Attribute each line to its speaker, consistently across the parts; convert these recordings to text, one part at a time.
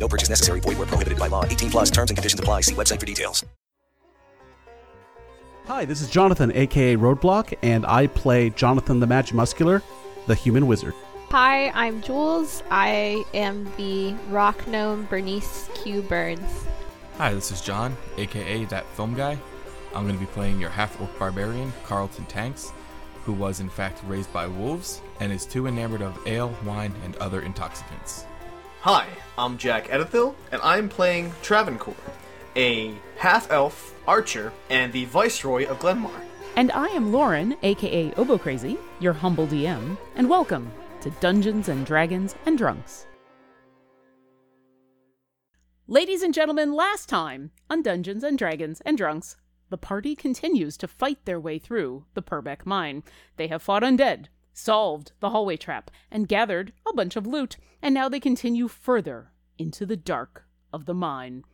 Speaker 1: No purchase necessary. Void where prohibited by law. 18 plus terms and conditions apply. See website for details.
Speaker 2: Hi, this is Jonathan, aka Roadblock, and I play Jonathan the Match Muscular, the human wizard.
Speaker 3: Hi, I'm Jules. I am the rock gnome Bernice Q Burns.
Speaker 4: Hi, this is John, aka That Film Guy. I'm going to be playing your half orc barbarian, Carlton Tanks, who was in fact raised by wolves and is too enamored of ale, wine, and other intoxicants.
Speaker 5: Hi, I'm Jack Edithil, and I'm playing Travancore, a half elf archer and the Viceroy of Glenmar.
Speaker 6: And I am Lauren, aka Obo Crazy, your humble DM, and welcome to Dungeons and Dragons and Drunks. Ladies and gentlemen, last time on Dungeons and Dragons and Drunks, the party continues to fight their way through the Purbeck mine. They have fought undead, solved the hallway trap, and gathered a bunch of loot, and now they continue further into the dark of the mine.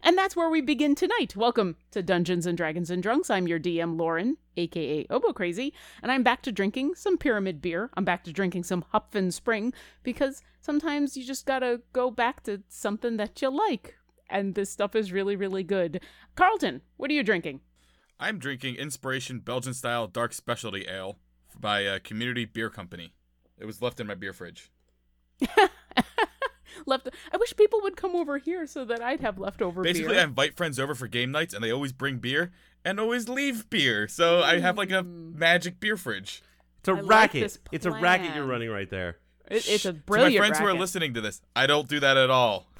Speaker 6: And that's where we begin tonight. Welcome to Dungeons and Dragons and Drunks. I'm your DM, Lauren, aka Obo Crazy, and I'm back to drinking some pyramid beer. I'm back to drinking some Hopfen Spring because sometimes you just gotta go back to something that you like. And this stuff is really, really good. Carlton, what are you drinking?
Speaker 4: I'm drinking Inspiration Belgian style dark specialty ale by a community beer company. It was left in my beer fridge.
Speaker 6: Left. I wish people would come over here so that I'd have leftover
Speaker 4: Basically,
Speaker 6: beer.
Speaker 4: I invite friends over for game nights, and they always bring beer and always leave beer. So I have like a
Speaker 6: Mm.
Speaker 4: magic beer fridge.
Speaker 2: It's a
Speaker 6: I like
Speaker 2: racket.
Speaker 6: this
Speaker 2: it's a racket
Speaker 6: plan.
Speaker 2: you're running right there.
Speaker 6: It- it's a
Speaker 4: to
Speaker 6: brilliant.
Speaker 4: my friends who are
Speaker 6: racket.
Speaker 4: listening to this, I don't do that at all.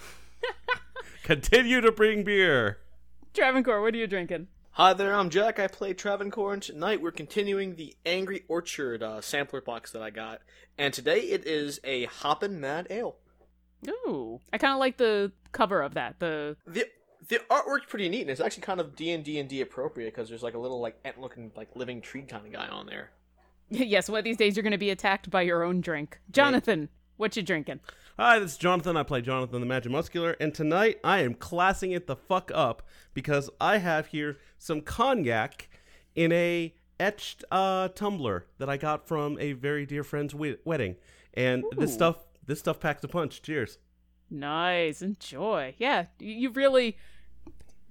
Speaker 2: Continue to bring beer.
Speaker 6: Travancore, what are you drinking?
Speaker 5: Hi there, I'm Jack. I play Travancore, and tonight we're continuing the Angry Orchard uh, sampler box that I got. And today it is a Hoppin' Mad Ale.
Speaker 6: Ooh, I kind of like the cover of that. The
Speaker 5: The the artwork's pretty neat, and it's actually kind of D and D and D appropriate because there's like a little like ant looking like living tree kind of guy on there.
Speaker 6: yes, one of these days you're going to be attacked by your own drink. Jonathan, what you drinking?
Speaker 2: Hi, this is Jonathan. I play Jonathan the Magic Muscular, and tonight I am classing it the fuck up because I have here some cognac in a etched uh, tumbler that I got from a very dear friend's we- wedding. And this
Speaker 6: Ooh.
Speaker 2: stuff, this stuff packs a punch. Cheers.
Speaker 6: Nice, enjoy. Yeah, you, you really.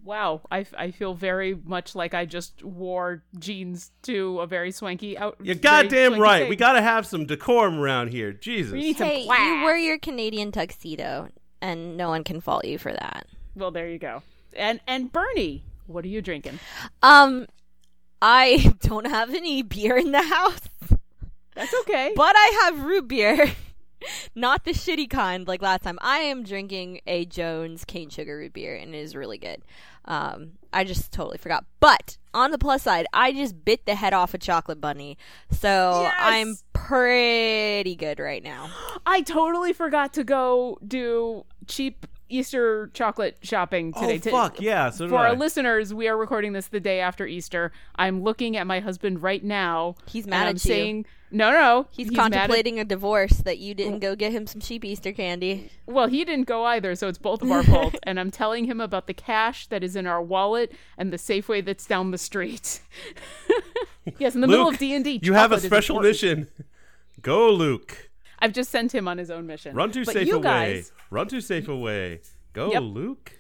Speaker 6: Wow, I, f- I feel very much like I just wore jeans to a very swanky out.
Speaker 2: You're
Speaker 6: very
Speaker 2: goddamn
Speaker 6: swanky
Speaker 2: right.
Speaker 6: thing.
Speaker 2: We gotta have some decorum around here. Jesus.
Speaker 6: We need some
Speaker 3: Hey, you
Speaker 6: class.
Speaker 3: wore your Canadian tuxedo, and no one can fault you for that.
Speaker 6: Well, there you go. And and Bernie, what are you drinking?
Speaker 3: Um, I don't have any beer in the house,
Speaker 6: That's okay.
Speaker 3: but I have root beer. Not the shitty kind like last time. I am drinking a Jones cane sugar root beer, and it is really good. Um, I just totally forgot. But on the plus side, I just bit the head off a chocolate bunny, so I'm pretty good right now.
Speaker 6: I totally forgot to go do cheap Easter chocolate shopping
Speaker 2: Oh,
Speaker 6: today. To-
Speaker 2: fuck, yeah, so did
Speaker 6: for
Speaker 2: I.
Speaker 6: our listeners, we are recording this the day after Easter. I'm looking at my husband right now.
Speaker 3: He's
Speaker 6: and
Speaker 3: mad
Speaker 6: I'm
Speaker 3: at you.
Speaker 6: saying, No, no.
Speaker 3: He's,
Speaker 6: mad at-
Speaker 3: contemplating a divorce that you didn't go get him some cheap Easter candy.
Speaker 6: well, he didn't go either, so it's both of our fault. and I'm telling him about the cash that is in our wallet and the Safeway that's down the street. yes, in the middle of D and D,
Speaker 2: You have a special mission. Go, Luke.
Speaker 6: I've just sent him on his own mission.
Speaker 2: Run to
Speaker 6: But
Speaker 2: safe
Speaker 6: you
Speaker 2: away.
Speaker 6: guys-
Speaker 2: Run to safe away. Go,
Speaker 6: Yep.
Speaker 2: Luke.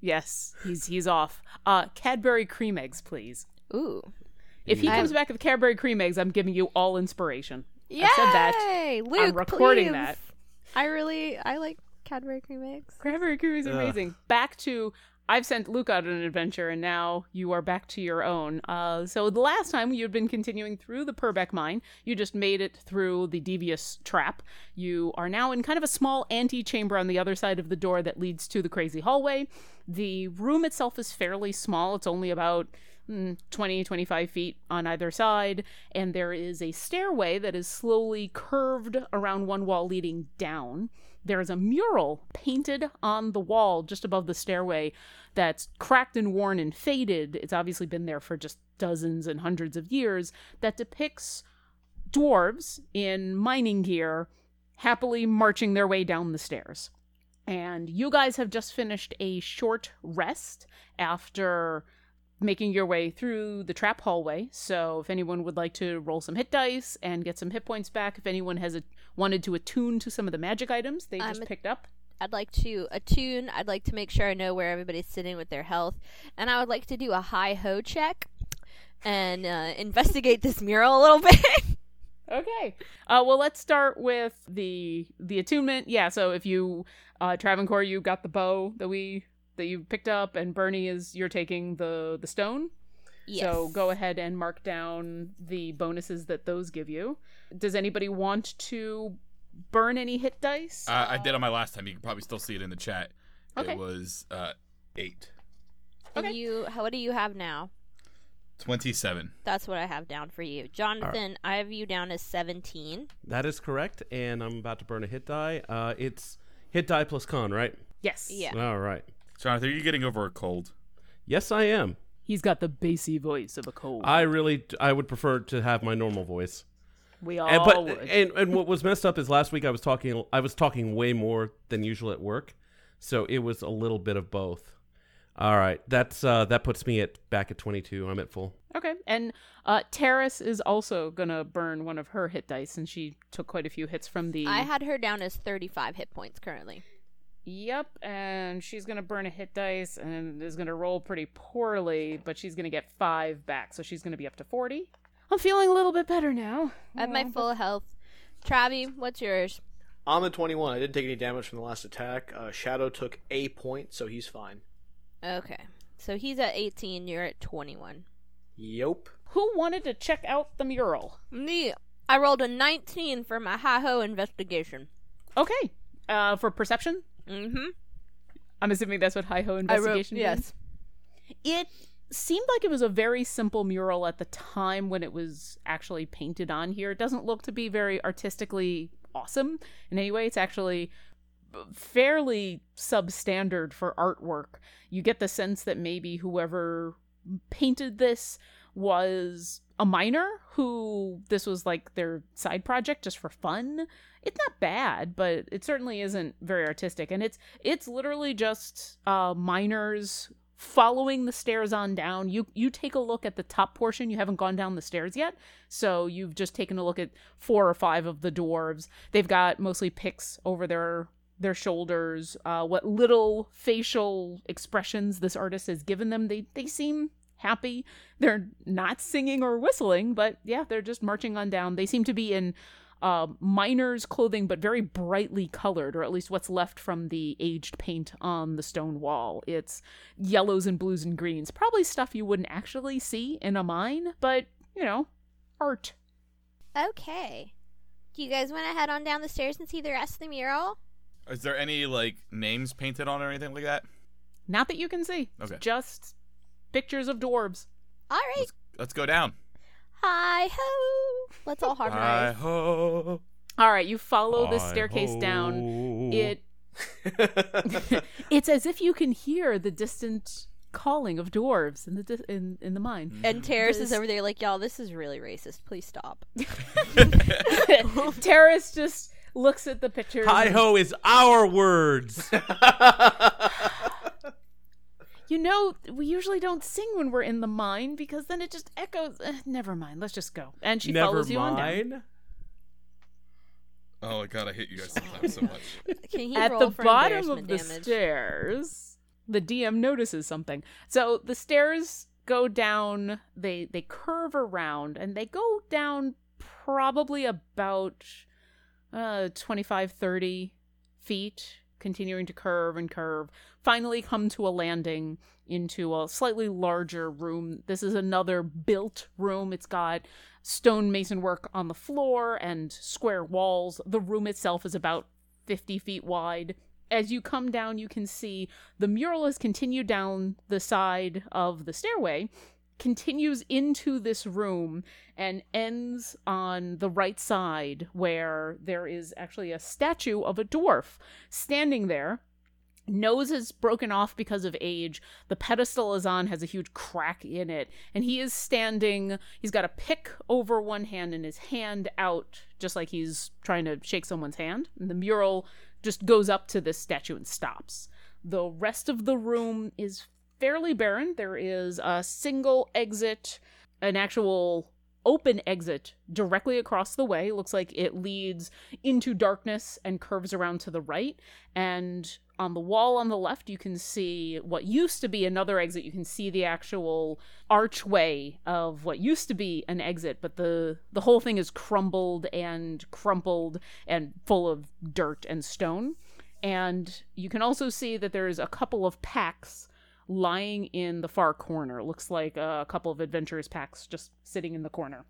Speaker 6: Yes, he's he's off. Uh, Cadbury cream eggs, please.
Speaker 3: Ooh.
Speaker 6: If he
Speaker 3: Mm.
Speaker 6: comes back with Cadbury cream eggs, I'm giving you all inspiration. I said that.
Speaker 3: Yay! Luke,
Speaker 6: I'm recording
Speaker 3: please.
Speaker 6: that.
Speaker 3: I really I like Cadbury cream eggs.
Speaker 6: Cadbury cream eggs are
Speaker 2: Ugh.
Speaker 6: amazing. Back to I've sent Luke out on an adventure, and now you are back to your own. Uh, so the last time you'd been continuing through the Purbeck mine, you just made it through the devious trap. You are now in kind of a small antechamber on the other side of the door that leads to the crazy hallway. The room itself is fairly small. It's only about mm, 20, 25 feet on either side, and there is a stairway that is slowly curved around one wall leading down. There is a mural painted on the wall just above the stairway that's cracked and worn and faded. It's obviously been there for just dozens and hundreds of years that depicts dwarves in mining gear happily marching their way down the stairs. And you guys have just finished a short rest after making your way through the trap hallway. So, if anyone would like to roll some hit dice and get some hit points back, if anyone has a- wanted to attune to some of the magic items they
Speaker 3: I'm
Speaker 6: just
Speaker 3: a-
Speaker 6: picked up,
Speaker 3: I'd like to attune. I'd like to make sure I know where everybody's sitting with their health, and I would like to do a high ho check and uh, investigate this mural a little bit.
Speaker 6: Okay. Uh, well, let's start with the the attunement. Yeah. So if you uh, Travancore, you got the bow that we that you picked up, and Bernie is you're taking the the stone. So go ahead and mark down the bonuses that those give you. Does anybody want to burn any hit dice?
Speaker 4: Uh, I did on my last time. You can probably still see it in the chat.
Speaker 6: Okay.
Speaker 4: It was uh, eight.
Speaker 3: And
Speaker 6: okay.
Speaker 3: You, how, what do you have now?
Speaker 4: 27.
Speaker 3: That's what I have down for you, Jonathan. I have you down as seventeen.
Speaker 2: That is correct, and I'm about to burn a hit die. Uh, it's hit die plus con, right?
Speaker 6: yes.
Speaker 3: Yeah.
Speaker 2: All right.
Speaker 4: Jonathan, are you getting over a cold?
Speaker 2: Yes, I am.
Speaker 6: He's got the bassy voice of a cold.
Speaker 2: I really, I would prefer to have my normal voice.
Speaker 6: we all
Speaker 2: and, but
Speaker 6: would.
Speaker 2: and and what was messed up is last week I was talking I was talking way more than usual at work, so it was a little bit of both. All right, that's uh, that puts me at back at 22. I'm at full.
Speaker 6: Okay, and uh, Terrace is also gonna burn one of her hit dice, and she took quite a few hits from the.
Speaker 3: I had her down as thirty-five hit points currently.
Speaker 6: Yep, and she's gonna burn a hit dice and is gonna roll pretty poorly, but she's gonna get five back, so she's gonna be up to forty. I'm feeling a little bit better now.
Speaker 3: I have my full health. Travi, what's yours?
Speaker 5: I'm at 21. I didn't take any damage from the last attack. Uh, Shadow took a point, so he's fine.
Speaker 3: Okay, so he's at eighteen. You're at twenty-one.
Speaker 5: Yep.
Speaker 6: Who wanted to check out the mural?
Speaker 3: Me, I rolled a nineteen for my high ho investigation.
Speaker 6: Okay, uh, for perception,
Speaker 3: Mm-hmm.
Speaker 6: I'm assuming that's what hi ho investigation. did?
Speaker 3: yes.
Speaker 6: it seemed like it was a very simple mural at the time when it was actually painted on here. It doesn't look to be very artistically awesome in any way. It's actually fairly substandard for artwork. You get the sense that maybe whoever painted this was a minor who this was like their side project just for fun. It's not bad, but it certainly isn't very artistic and it's it's literally just uh miners following the stairs on down. You you take a look at the top portion. You haven't gone down the stairs yet. So you've just taken a look at four or five of the dwarves. They've got mostly picks over their their shoulders. Uh, what little facial expressions this artist has given them, they they seem happy. They're not singing or whistling, but yeah, they're just marching on down. They seem to be in uh, miners' clothing, but very brightly colored, or at least what's left from the aged paint on the stone wall. It's yellows and blues and greens, probably stuff you wouldn't actually see in a mine, but you know, art.
Speaker 3: Okay. Do you guys want to head on down the stairs and see the rest of the mural?
Speaker 4: Is there any like names painted on or anything like that?
Speaker 6: Not that you can see.
Speaker 4: Okay.
Speaker 6: Just pictures of dwarves.
Speaker 3: All right.
Speaker 4: Let's go down.
Speaker 3: Hi ho. Let's all harmonize.
Speaker 4: ho.
Speaker 6: All right, you follow the staircase down. It it's as if you can hear the distant calling of dwarves in the dis- in in the mine.
Speaker 3: And Terrace is
Speaker 6: This-
Speaker 3: over there like, y'all, this is really racist. Please stop.
Speaker 6: Terrace just looks at the pictures.
Speaker 2: Hi
Speaker 6: and-
Speaker 2: ho is our words.
Speaker 6: You know, we usually don't sing when we're in the mine because then it just echoes. Eh, never mind. Let's just go. And she
Speaker 2: Never
Speaker 6: follows you on down.
Speaker 2: mind.
Speaker 4: Oh my god, I hate you guys sometimes so much.
Speaker 3: Can he
Speaker 6: At
Speaker 3: roll
Speaker 6: the
Speaker 3: for
Speaker 6: bottom of
Speaker 3: embarrassment
Speaker 6: the
Speaker 3: damage?
Speaker 6: stairs, the DM notices something. So the stairs go down. They they curve around and they go down probably about uh 25 30 feet continuing to curve and curve finally come to a landing into a slightly larger room this is another built room it's got stonemason work on the floor and square walls the room itself is about 50 feet wide as you come down you can see the mural has continued down the side of the stairway continues into this room and ends on the right side where there is actually a statue of a dwarf standing there. Nose is broken off because of age. The pedestal is on, has a huge crack in it. And he is standing, he's got a pick over one hand and his hand out, just like he's trying to shake someone's hand. And the mural just goes up to this statue and stops. The rest of the room is fairly barren. There is a single exit, an actual open exit directly across the way. Looks like it leads into darkness and curves around to the right. And on the wall on the left, you can see what used to be another exit. You can see the actual archway of what used to be an exit, but the the whole thing is crumbled and crumpled and full of dirt and stone. And you can also see that there's a couple of packs lying in the far corner. It looks like a couple of adventurers packs just sitting in the corner.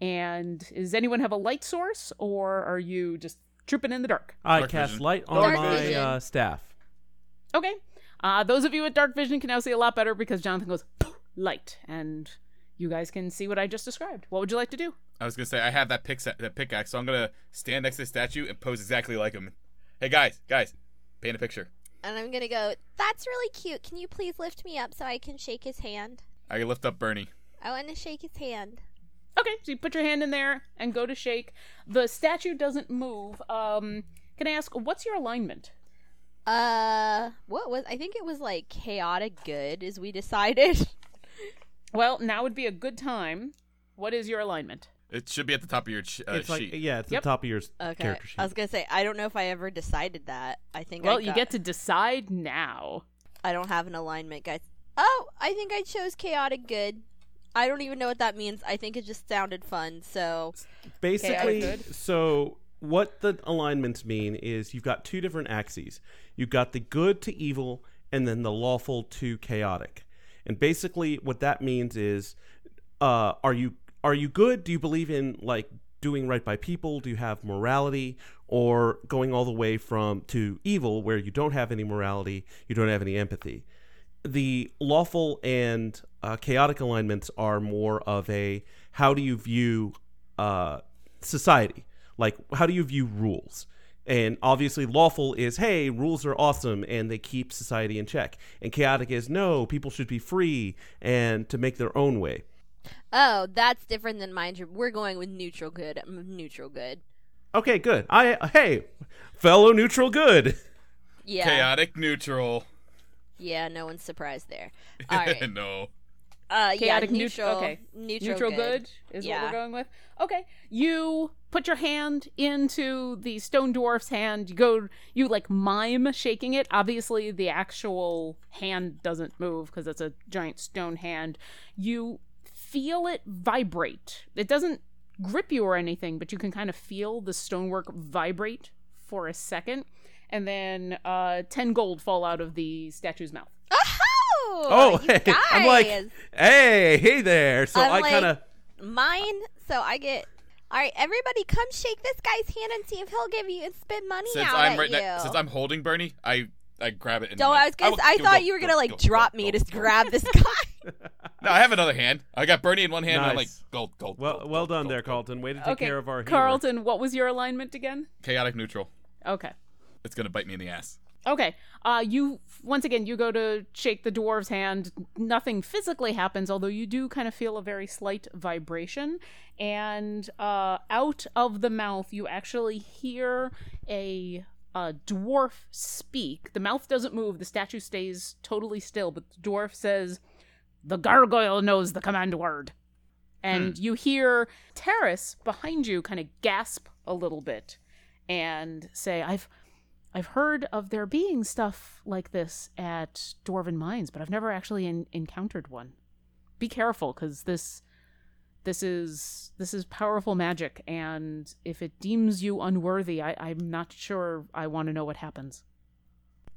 Speaker 6: And does anyone have a light source, or are you just trooping in the dark?
Speaker 2: I
Speaker 4: Dark
Speaker 2: cast
Speaker 4: vision.
Speaker 2: light on
Speaker 7: Dark
Speaker 2: my
Speaker 7: vision.
Speaker 2: uh, staff.
Speaker 6: Okay. Uh, those of you with dark vision can now see a lot better because Jonathan goes "Poof," light, and you guys can see what I just described. What would you like to do?
Speaker 4: I was gonna say I have that pick that pickaxe, so I'm gonna stand next to the statue and pose exactly like him. Hey guys, guys, paint a picture.
Speaker 3: And I'm gonna go, that's really cute. Can you please lift me up so I can shake his hand?
Speaker 4: I can lift up Bernie.
Speaker 3: I want to shake his hand.
Speaker 6: Okay, so you put your hand in there and go to shake. The statue doesn't move. Um, can I ask what's your alignment?
Speaker 7: Uh, what was? I think it was like chaotic good, as we decided.
Speaker 6: Well, now would be a good time. What is your alignment?
Speaker 4: It should be at the top of your ch- uh,
Speaker 2: it's like
Speaker 4: sheet.
Speaker 2: yeah, it's
Speaker 6: Yep.
Speaker 2: the top of your s-
Speaker 7: Okay,
Speaker 2: character sheet.
Speaker 7: I was gonna say I don't know if I ever decided that. I think.
Speaker 6: Well,
Speaker 7: I
Speaker 6: you
Speaker 7: got-
Speaker 6: get to decide now.
Speaker 7: I don't have an alignment, guys. Oh, I think I chose chaotic good. I don't even know what that means. I think it just sounded fun. So
Speaker 2: basically
Speaker 6: Okay, I could.
Speaker 2: so what the alignments mean is you've got two different axes you've got the good to evil and then the lawful to chaotic and basically what that means is uh, are you are you good do you believe in like doing right by people do you have morality or going all the way from to evil where you don't have any morality you don't have any empathy the lawful and uh, chaotic alignments are more of a how do you view uh, society? Like, how do you view rules? And obviously, lawful is hey, rules are awesome and they keep society in check. And chaotic is no, people should be free and to make their own way.
Speaker 7: Oh, that's different than mine. We're going with neutral good. M- Neutral good.
Speaker 2: Okay, good. I hey, fellow neutral good.
Speaker 7: Yeah.
Speaker 4: Chaotic neutral.
Speaker 7: Yeah, no one's surprised there. All right.
Speaker 4: no.
Speaker 7: Uh,
Speaker 6: Chaotic
Speaker 7: yeah,
Speaker 6: neut-
Speaker 7: neutral.
Speaker 6: okay.
Speaker 7: Neutral,
Speaker 6: neutral
Speaker 7: good.
Speaker 6: good, is what
Speaker 7: Yeah.
Speaker 6: we're going with. Okay, you put your hand into the stone dwarf's hand. You go, you like mime shaking it. Obviously, the actual hand doesn't move because it's a giant stone hand. You feel it vibrate. It doesn't grip you or anything, but you can kind of feel the stonework vibrate for a second, and then uh, ten gold fall out of the statue's mouth.
Speaker 7: Oh,
Speaker 2: Oh,
Speaker 7: you
Speaker 2: hey, I'm like,
Speaker 7: guys.
Speaker 2: hey, hey there. So
Speaker 7: I'm
Speaker 2: i
Speaker 7: like-
Speaker 2: kind of
Speaker 7: mine. So I get. All right, everybody, come shake this guy's hand and see if he'll give you and spit money
Speaker 4: Since
Speaker 7: out
Speaker 4: I'm
Speaker 7: at
Speaker 4: right
Speaker 7: you.
Speaker 4: ne- since I'm holding Bernie, I I grab it. And
Speaker 7: no,
Speaker 4: I'm like,
Speaker 7: I was gonna.
Speaker 4: will-
Speaker 7: I
Speaker 4: go,
Speaker 7: thought
Speaker 4: go,
Speaker 7: you were
Speaker 4: go,
Speaker 7: gonna like
Speaker 4: go,
Speaker 7: drop
Speaker 4: go,
Speaker 7: me
Speaker 4: go,
Speaker 7: to just
Speaker 4: go.
Speaker 7: grab this guy.
Speaker 4: No, I have another hand. I got Bernie in one hand. and I'm like
Speaker 2: Nice.
Speaker 4: gold, gold.
Speaker 2: well,
Speaker 4: gold,
Speaker 2: well
Speaker 4: gold,
Speaker 2: done
Speaker 4: gold,
Speaker 2: there,
Speaker 4: gold.
Speaker 2: Carlton. Way to take
Speaker 6: okay,
Speaker 2: care of our healer.
Speaker 6: Carlton. What was your alignment again?
Speaker 4: Chaotic neutral.
Speaker 6: Okay.
Speaker 4: It's gonna bite me in the ass.
Speaker 6: Okay. Uh, you once again you go to shake the dwarf's hand. Nothing physically happens, although you do kind of feel a very slight vibration. And uh, out of the mouth, you actually hear a a dwarf speak. The mouth doesn't move. The statue stays totally still, but the dwarf says, "The gargoyle knows the command word." And you hear Terrace behind you kind of gasp a little bit and say, "I've." I've heard of there being stuff like this at dwarven mines, but I've never actually en- encountered one. Be careful, because this this is this is powerful magic, and if it deems you unworthy, I, I'm not sure I want to know what happens.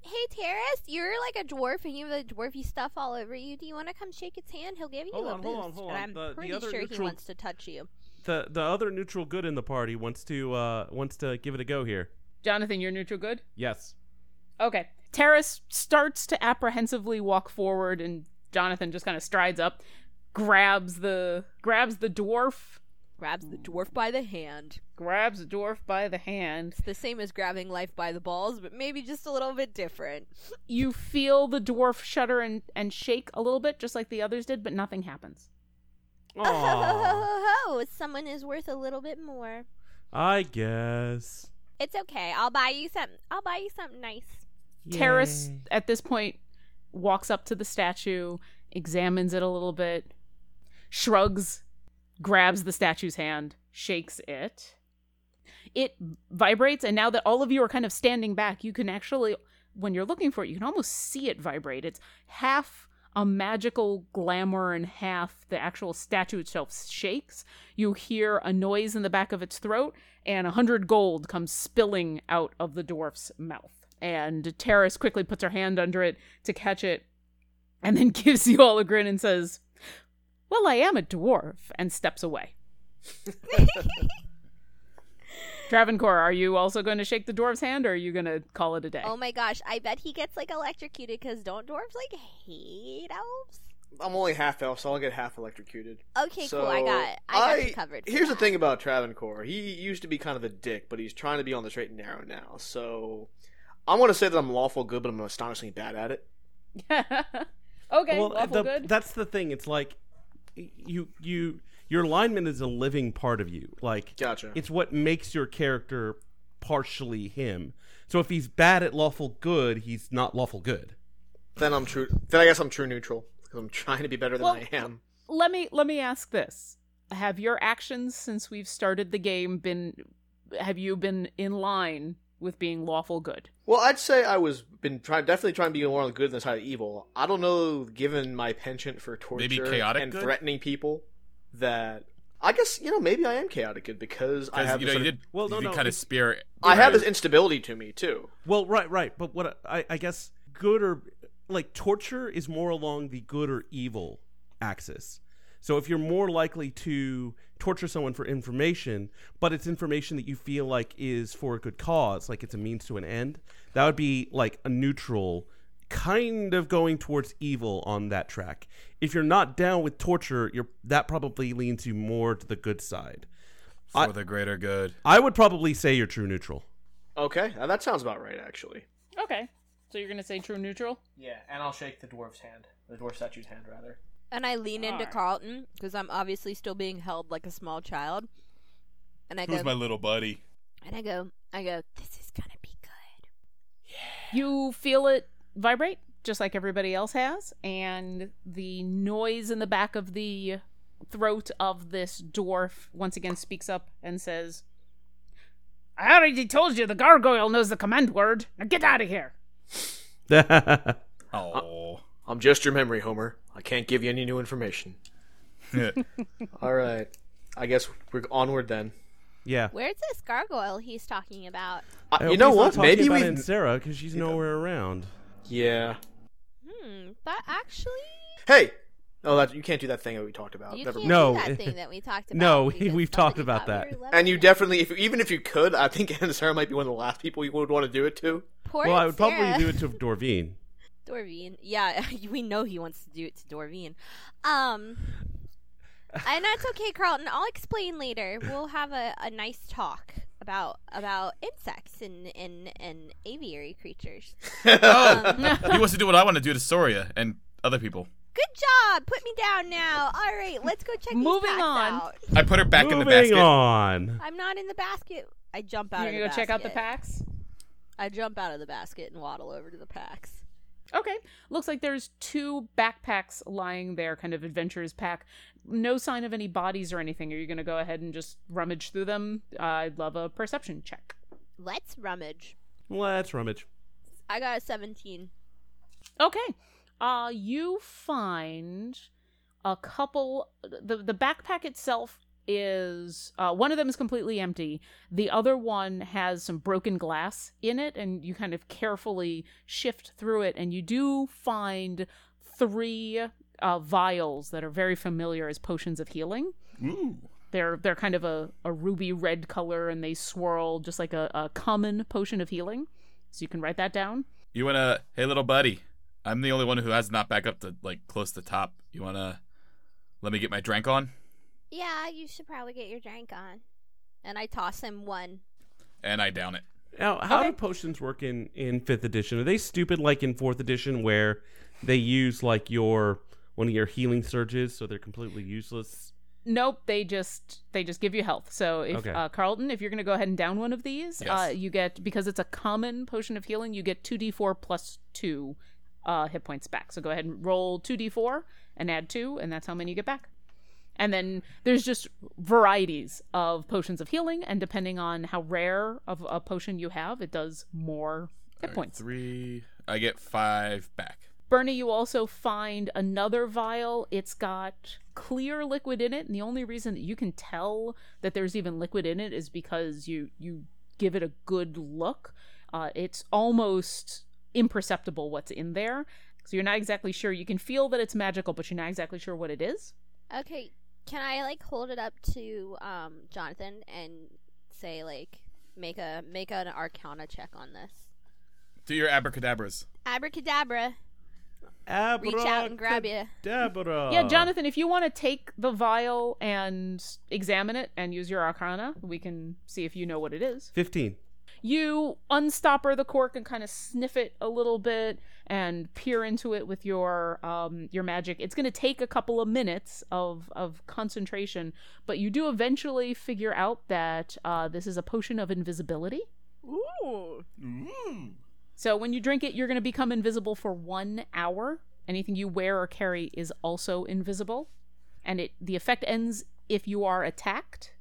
Speaker 3: Hey, Terrace, you're like a dwarf and you have the dwarfy stuff all over you. Do you want to come shake his hand? He'll give you
Speaker 2: Hold
Speaker 3: a
Speaker 2: on,
Speaker 3: boost.
Speaker 2: hold on, hold
Speaker 7: And
Speaker 2: on.
Speaker 7: I'm
Speaker 2: The- the
Speaker 7: pretty
Speaker 2: other
Speaker 7: sure he
Speaker 2: neutral-
Speaker 7: wants to touch you.
Speaker 2: The the other neutral good in the party wants to uh wants to give it a go here.
Speaker 6: Jonathan, you're neutral good?
Speaker 2: Yes.
Speaker 6: Okay. Terrace starts to apprehensively walk forward, and Jonathan just kind of strides up. grabs the grabs the dwarf
Speaker 7: Grabs
Speaker 2: Mm.
Speaker 7: the dwarf by the hand.
Speaker 6: grabs the dwarf by the hand.
Speaker 7: It's the same as grabbing life by the balls, but maybe just a little bit different.
Speaker 6: You feel the dwarf shudder and, and shake a little bit, just like the others did, but nothing happens.
Speaker 2: Aw,
Speaker 3: Oh, someone is worth a little bit more.
Speaker 2: I guess.
Speaker 3: It's okay. I'll buy you some. I'll buy you something nice.
Speaker 6: Terrace at this point walks up to the statue, examines it a little bit, shrugs, grabs the statue's hand, shakes it. It vibrates, and now that all of you are kind of standing back, you can actually, when you're looking for it, you can almost see it vibrate. It's half a magical glamour and half the actual statue itself shakes. You hear a noise in the back of its throat, and a hundred gold comes spilling out of the dwarf's mouth. And Terrace quickly puts her hand under it to catch it, and then gives you all a grin and says, Well, I am a dwarf, and steps away. Travancore, are you also going to shake the dwarf's hand, or are you going to call it a day?
Speaker 3: Oh my gosh! I bet he gets like electrocuted because don't dwarves like hate elves?
Speaker 5: I'm only half elf, so I'll get half electrocuted.
Speaker 3: Okay,
Speaker 5: so
Speaker 3: cool. I got. I got you covered. for
Speaker 5: Here's
Speaker 3: that.
Speaker 5: the thing about Travancore. He used to be kind of a dick, but he's trying to be on the straight and narrow now. So I'm going to say that I'm lawful good, but I'm astonishingly bad at it.
Speaker 6: okay,
Speaker 2: well,
Speaker 6: lawful
Speaker 2: the-
Speaker 6: good.
Speaker 2: that's the thing. It's like y- you you your alignment is a living part of you. Like
Speaker 5: Gotcha.
Speaker 2: it's what makes your character partially him. So if he's bad at lawful good, he's not lawful good.
Speaker 5: Then I'm true. Then I guess I'm true neutral because I'm trying to be better than
Speaker 6: Well-
Speaker 5: I am.
Speaker 6: let me let me ask this: Have your actions since we've started the game been? Have you been in line with being lawful good?
Speaker 5: Well, I'd say I was been trying, definitely trying to be more on the good than the side of evil. I don't know, given my penchant for torture
Speaker 4: Maybe chaotic
Speaker 5: and
Speaker 4: good?
Speaker 5: threatening people, that I guess you know maybe I am chaotic good because I
Speaker 4: Because
Speaker 5: have
Speaker 4: you
Speaker 5: this
Speaker 4: know you
Speaker 5: sort of-
Speaker 4: did
Speaker 2: Well, no,
Speaker 4: you
Speaker 2: no,
Speaker 4: kind of
Speaker 2: it's-
Speaker 4: spirit.
Speaker 5: I have this instability to me too.
Speaker 2: Well, right, right. But what I, I guess good or like torture is more along the good or evil axis. So if you're more likely to torture someone for information, but it's information that you feel like is for a good cause, like it's a means to an end, that would be like a neutral kind of going towards evil on that track. If you're not down with torture, you're that probably leans you more to the good side.
Speaker 8: for the greater good.
Speaker 2: I would probably say you're true neutral.
Speaker 5: Okay, now that sounds about right actually.
Speaker 6: Okay, so you're gonna say true neutral.
Speaker 5: Yeah, and I'll shake the dwarf's hand, the dwarf statue's hand rather.
Speaker 7: And I lean into
Speaker 6: Alright.
Speaker 7: Carlton because I'm obviously still being held like a small child. And I go,
Speaker 4: Who's my little buddy?
Speaker 7: and I go, I go. This is gonna be good.
Speaker 6: You feel it vibrate just like everybody else has, and the noise in the back of the throat of this dwarf once again speaks up and says, "I already told you the gargoyle knows the command word. Now get out of here."
Speaker 2: Uh,
Speaker 4: Oh,
Speaker 5: I'm just your memory, Homer. I can't give you any new information.
Speaker 7: Um,
Speaker 5: All right, I guess we're onward then.
Speaker 2: yeah.
Speaker 3: Where's this gargoyle he's talking about?
Speaker 5: I-
Speaker 2: I
Speaker 5: you
Speaker 2: hope
Speaker 5: know
Speaker 2: he's not
Speaker 5: what?
Speaker 2: talking
Speaker 5: Maybe
Speaker 2: about
Speaker 5: we.
Speaker 2: Aunt Sarah because she's nowhere around.
Speaker 5: Yeah.
Speaker 3: Hmm. That actually,
Speaker 5: Hey. Oh, that you can't do that thing that we talked about.
Speaker 3: you
Speaker 5: Never
Speaker 3: can't
Speaker 5: mind.
Speaker 2: No.
Speaker 3: do that thing that we talked about.
Speaker 2: No,
Speaker 3: because
Speaker 2: we've talked
Speaker 3: somebody
Speaker 2: about
Speaker 3: thought
Speaker 2: that.
Speaker 3: we were loving
Speaker 5: And you
Speaker 3: it.
Speaker 5: definitely, if even if you could, I think Anna Sarah might be one of the last people you would want to do it to.
Speaker 3: Poor
Speaker 2: Well, I would
Speaker 3: Sarah.
Speaker 2: probably do it to Dorvine.
Speaker 7: Dorvine. Yeah, we know he wants to do it to Dorvine. Um, and that's okay, Carlton. I'll explain later. We'll have a, a nice talk about about insects and and, and aviary creatures.
Speaker 4: oh, he wants to do what I want to do to Soria and other people.
Speaker 3: Good job. Put me down now. All right, let's go check. these
Speaker 6: Moving
Speaker 3: packs
Speaker 6: on.
Speaker 3: out.
Speaker 4: I put her back in the
Speaker 2: Moving
Speaker 4: basket.
Speaker 2: on.
Speaker 3: I'm not in the basket. I jump out
Speaker 6: You're
Speaker 3: of
Speaker 6: gonna
Speaker 3: the
Speaker 6: go check out the
Speaker 3: basket.
Speaker 6: packs.
Speaker 7: I jump out of the basket and waddle over to the packs.
Speaker 6: Okay. Looks like there's two backpacks lying there, kind of adventurers pack. No sign of any bodies or anything. Are you going to go ahead and just rummage through them? I'd love a perception check.
Speaker 3: Let's rummage.
Speaker 2: Let's rummage.
Speaker 3: I got a 17.
Speaker 6: Okay. Uh you find a couple the the backpack itself is uh one of them is completely empty. The other one has some broken glass in it and you kind of carefully shift through it and you do find three uh vials that are very familiar as potions of healing. They're they're kind of a, a ruby red color and they swirl just like a, a common potion of healing. So you can write that down.
Speaker 4: You wanna? Hey, little buddy, I'm the only one who has not back up to like close to top. You wanna Let me get my drink on.
Speaker 3: Yeah, you should probably get your drink on. And I toss him one.
Speaker 4: And I down it.
Speaker 2: Now, how do potions work in in fifth edition? Are they stupid like in fourth edition where they use like your one of your healing surges, so they're completely useless?
Speaker 6: Nope, they just they just give you health. So if
Speaker 2: Okay.
Speaker 6: uh, Carlton, if you're going to go ahead and down one of these, uh,
Speaker 4: Yes.
Speaker 6: you get because it's a common potion of healing, you get two d four plus two uh, hit points back. So go ahead and roll two d four and add two, and that's how many you get back. And then there's just varieties of potions of healing, and depending on how rare of a potion you have, it does more
Speaker 4: All
Speaker 6: hit
Speaker 4: right,
Speaker 6: points.
Speaker 4: Three. I get five back.
Speaker 6: Bernie, you also find another vial. It's got clear liquid in it, and the only reason that you can tell that there's even liquid in it is because you you give it a good look. Uh, it's almost imperceptible what's in there, so you're not exactly sure. You can feel that it's magical, but you're not exactly sure what it is.
Speaker 3: Okay, can I like hold it up to um Jonathan and say like make a make an arcana check on this?
Speaker 4: Do your abracadabras.
Speaker 3: Abracadabra. Reach out and grab you.
Speaker 2: Deborah.
Speaker 6: Yeah, Jonathan, if you want to take the vial and examine it and use your arcana, we can see if you know what it is.
Speaker 2: Fifteen.
Speaker 6: you unstopper the cork and kind of sniff it a little bit and peer into it with your um your magic it's going to take a couple of minutes of of concentration but you do eventually figure out that uh this is a potion of invisibility
Speaker 7: Ooh.
Speaker 6: so when you drink it you're going to become invisible for 1 hour anything you wear or carry is also invisible and it the effect ends if you are attacked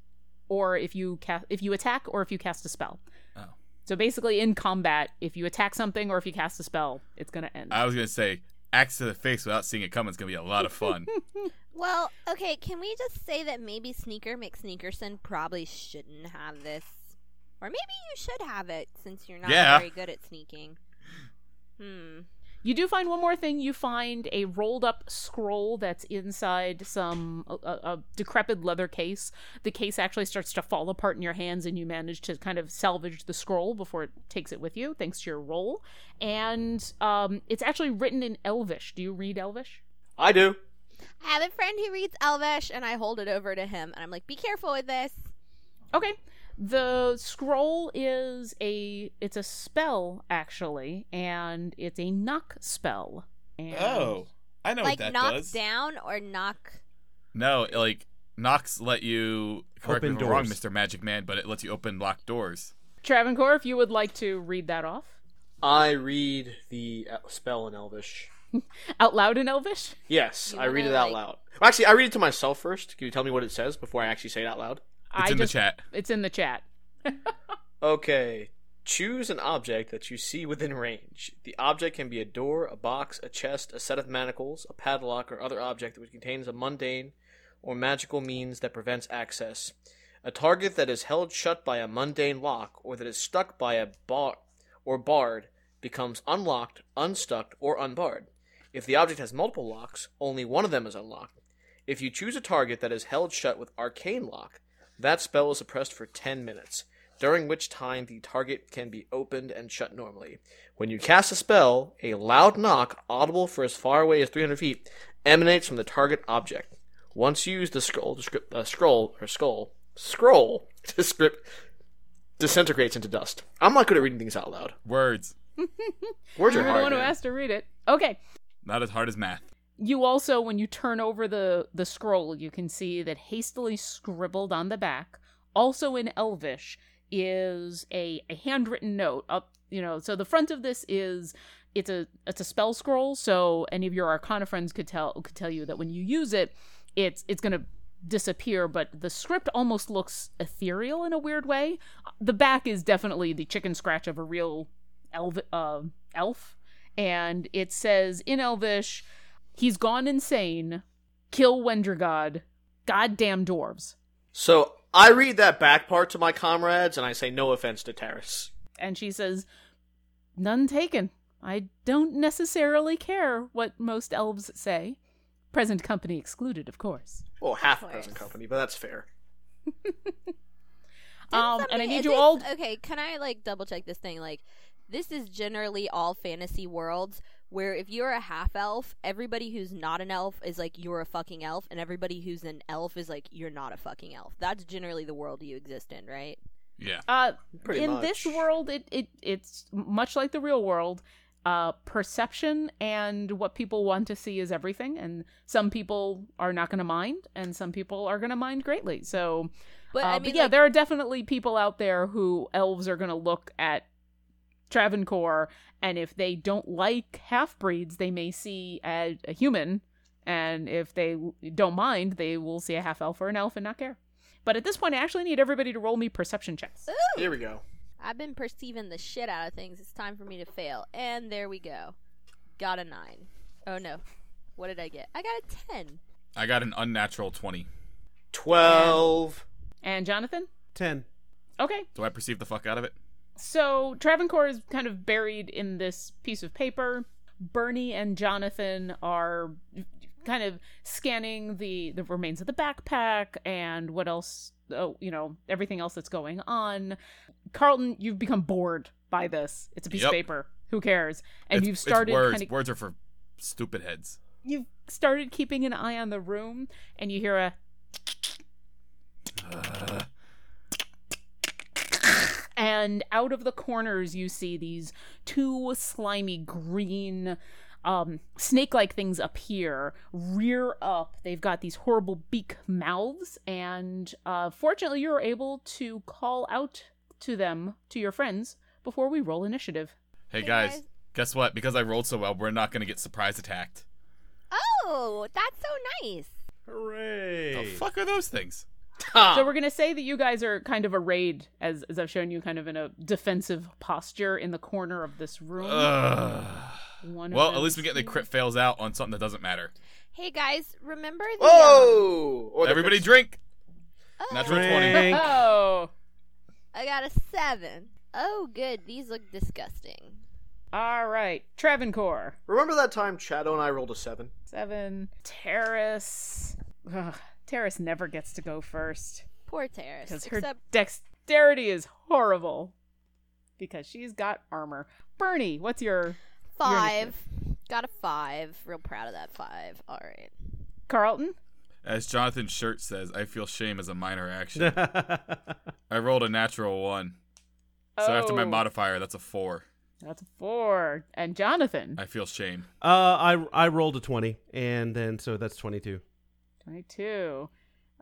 Speaker 6: or if you ca- if you attack or if you cast a spell
Speaker 4: Oh.
Speaker 6: so basically, in combat, if you attack something or if you cast a spell, it's gonna end.
Speaker 4: I was gonna say axe to the face without seeing it coming is gonna be a lot of fun.
Speaker 3: Well, okay, can we just say that maybe Sneaker McSneakerson probably shouldn't have this? Or maybe you should have it since you're not
Speaker 4: Yeah.
Speaker 3: very good at sneaking. Hmm.
Speaker 6: you do find one more thing. You find a rolled-up scroll that's inside some a, a, a decrepit leather case. The case actually starts to fall apart in your hands, and you manage to kind of salvage the scroll before it takes it with you, thanks to your roll. And um, it's actually written in Elvish. Do you read Elvish?
Speaker 5: I do.
Speaker 3: I have a friend who reads Elvish, and I hold it over to him, and I'm like, "Be careful with this."
Speaker 6: Okay. The scroll is a it's a spell actually, and it's a knock spell. And
Speaker 4: Oh, I know
Speaker 3: like knock down or knock.
Speaker 4: No, like Knox let you correct me
Speaker 2: Open
Speaker 4: if I'm wrong,
Speaker 2: doors.
Speaker 4: Mister Magic Man, but it lets you open locked doors.
Speaker 6: Travancore, if you would like to read that off
Speaker 5: I read the uh, spell in Elvish.
Speaker 6: out loud in Elvish.
Speaker 5: Yes,
Speaker 3: You
Speaker 5: I read
Speaker 3: wanna,
Speaker 5: it out
Speaker 3: like-
Speaker 5: loud. Well, actually, I read it to myself first. Can you tell me what it says before I actually say it out loud?
Speaker 4: It's
Speaker 6: I
Speaker 4: in
Speaker 6: just-
Speaker 4: the chat.
Speaker 6: It's in the chat.
Speaker 5: Okay. Choose an object that you see within range. The object can be a door, a box, a chest, a set of manacles, a padlock, or other object which contains a mundane or magical means that prevents access. A target that is held shut by a mundane lock or that is stuck by a bar or barred becomes unlocked, unstuck, or unbarred. If the object has multiple locks, only one of them is unlocked. If you choose a target that is held shut with arcane lock, that spell is suppressed for 10 minutes, during which time the target can be opened and shut normally. When you cast a spell, a loud knock, audible for as far away as 300 feet, emanates from the target object. Once used, the scroll, descrip- uh, scroll, or skull, scroll, descript, disintegrates into dust. I'm not good at reading things out loud.
Speaker 4: Words
Speaker 5: Words are
Speaker 6: You're the
Speaker 5: hard.
Speaker 6: one who
Speaker 5: man.
Speaker 6: asked to read it. Okay.
Speaker 4: not as hard as math.
Speaker 6: You also, when you turn over the the scroll, you can see that hastily scribbled on the back, also in Elvish, is a, a handwritten note. Up, you know, so the front of this is it's a it's a spell scroll. So any of your Arcana friends could tell could tell you that when you use it, it's it's gonna disappear. But the script almost looks ethereal in a weird way. The back is definitely the chicken scratch of a real elf. Uh, elf. And it says in Elvish, He's gone insane. Kill Wendergod. Goddamn dwarves.
Speaker 5: So I read that back part to my comrades, and I say no offense to Terrace.
Speaker 6: And she says, None taken. I don't necessarily care what most elves say. Present company excluded, of course.
Speaker 5: Well, half
Speaker 3: Of
Speaker 5: a
Speaker 3: course.
Speaker 5: present company, but that's fair.
Speaker 3: Didn't
Speaker 6: Um, and I
Speaker 3: somebody-
Speaker 6: need
Speaker 3: is
Speaker 6: you
Speaker 3: this-
Speaker 6: all.
Speaker 3: Okay, can I like double check this thing? Like, this is generally all fantasy worlds
Speaker 7: where if you're a half elf, everybody who's not an elf is like you're a fucking elf, and everybody who's an elf is like you're not a fucking elf. That's generally the world you exist in, right?
Speaker 8: Yeah.
Speaker 6: Uh,
Speaker 5: Pretty
Speaker 6: in this
Speaker 5: much.
Speaker 6: world, it, it it's much like the real world. Uh, perception and what people want to see is everything, and some people are not going to mind, and some people are going to mind greatly. So,
Speaker 7: But
Speaker 6: uh,
Speaker 7: I
Speaker 6: but
Speaker 7: mean,
Speaker 6: yeah,
Speaker 7: like,
Speaker 6: there are definitely people out there who elves are going to look at Travancore, and if they don't like half breeds, they may see a, a human, and if they w- don't mind, they will see a half elf or an elf and not care. But at this point, I actually need everybody to roll me perception checks.
Speaker 7: Ooh!
Speaker 5: Here we go.
Speaker 7: I've been perceiving the shit out of things. It's time for me to fail. And there we go. Got a nine. Oh no. What did I get? I got a ten.
Speaker 4: I got an unnatural 20.
Speaker 5: 12.
Speaker 6: And Jonathan?
Speaker 2: Ten.
Speaker 6: Okay.
Speaker 4: Do I perceive the fuck out of it?
Speaker 6: So Travancore is kind of buried in this piece of paper. Bernie and Jonathan are kind of scanning the the remains of the backpack and what else oh you know everything else that's going on. Carlton, you've become bored by this. It's a piece
Speaker 4: Yep.
Speaker 6: of paper. Who cares? And
Speaker 4: It's-
Speaker 6: you've
Speaker 4: it's
Speaker 6: started
Speaker 4: words.
Speaker 6: kind of
Speaker 4: Words are for stupid heads.
Speaker 6: you've started keeping an eye on the room and you hear a and out of the corners you see these two slimy green um, snake-like things appear rear up they've got these horrible beak mouths and uh, fortunately you're able to call out to them to your friends before we roll initiative
Speaker 4: Hey,
Speaker 3: Hey,
Speaker 4: guys,
Speaker 3: guys.
Speaker 4: guess what? Because I rolled so well, we're not going to get surprise attacked.
Speaker 3: Oh, that's so nice.
Speaker 2: Hooray!
Speaker 4: The fuck are those things?
Speaker 6: So we're gonna say that you guys are kind of arrayed, as as I've shown you, kind of in a defensive posture in the corner of this room.
Speaker 4: Ugh.
Speaker 6: One of
Speaker 4: Uh, Well, at
Speaker 6: them-
Speaker 4: least we get the crit fails out on something that doesn't matter.
Speaker 3: Hey guys, remember the um,
Speaker 5: Whoa! Or the-
Speaker 4: Everybody drink!
Speaker 3: oh,
Speaker 4: Natural 20.
Speaker 2: Drink.
Speaker 6: Oh,
Speaker 3: I got a seven. Oh, good. These look disgusting.
Speaker 6: all right, Travancore
Speaker 5: Remember that time Chado and I rolled a 7?
Speaker 6: seven. Terrace, Ugh, Terrace never gets to go first
Speaker 3: Poor Terrace.
Speaker 6: because
Speaker 3: Except
Speaker 6: her dexterity is horrible because she's got armor. Bernie, what's your
Speaker 3: five. Got a five. Real proud of that five. All right.
Speaker 6: Carlton?
Speaker 4: As Jonathan's shirt says, I feel shame as a minor action.
Speaker 2: Uh,
Speaker 4: I rolled a natural one. So after my
Speaker 6: Oh,
Speaker 4: modifier, that's a four.
Speaker 6: that's a four. And Jonathan,
Speaker 4: I feel shame.
Speaker 2: uh, I I rolled a twenty, and then so that's twenty-two.
Speaker 6: twenty-two.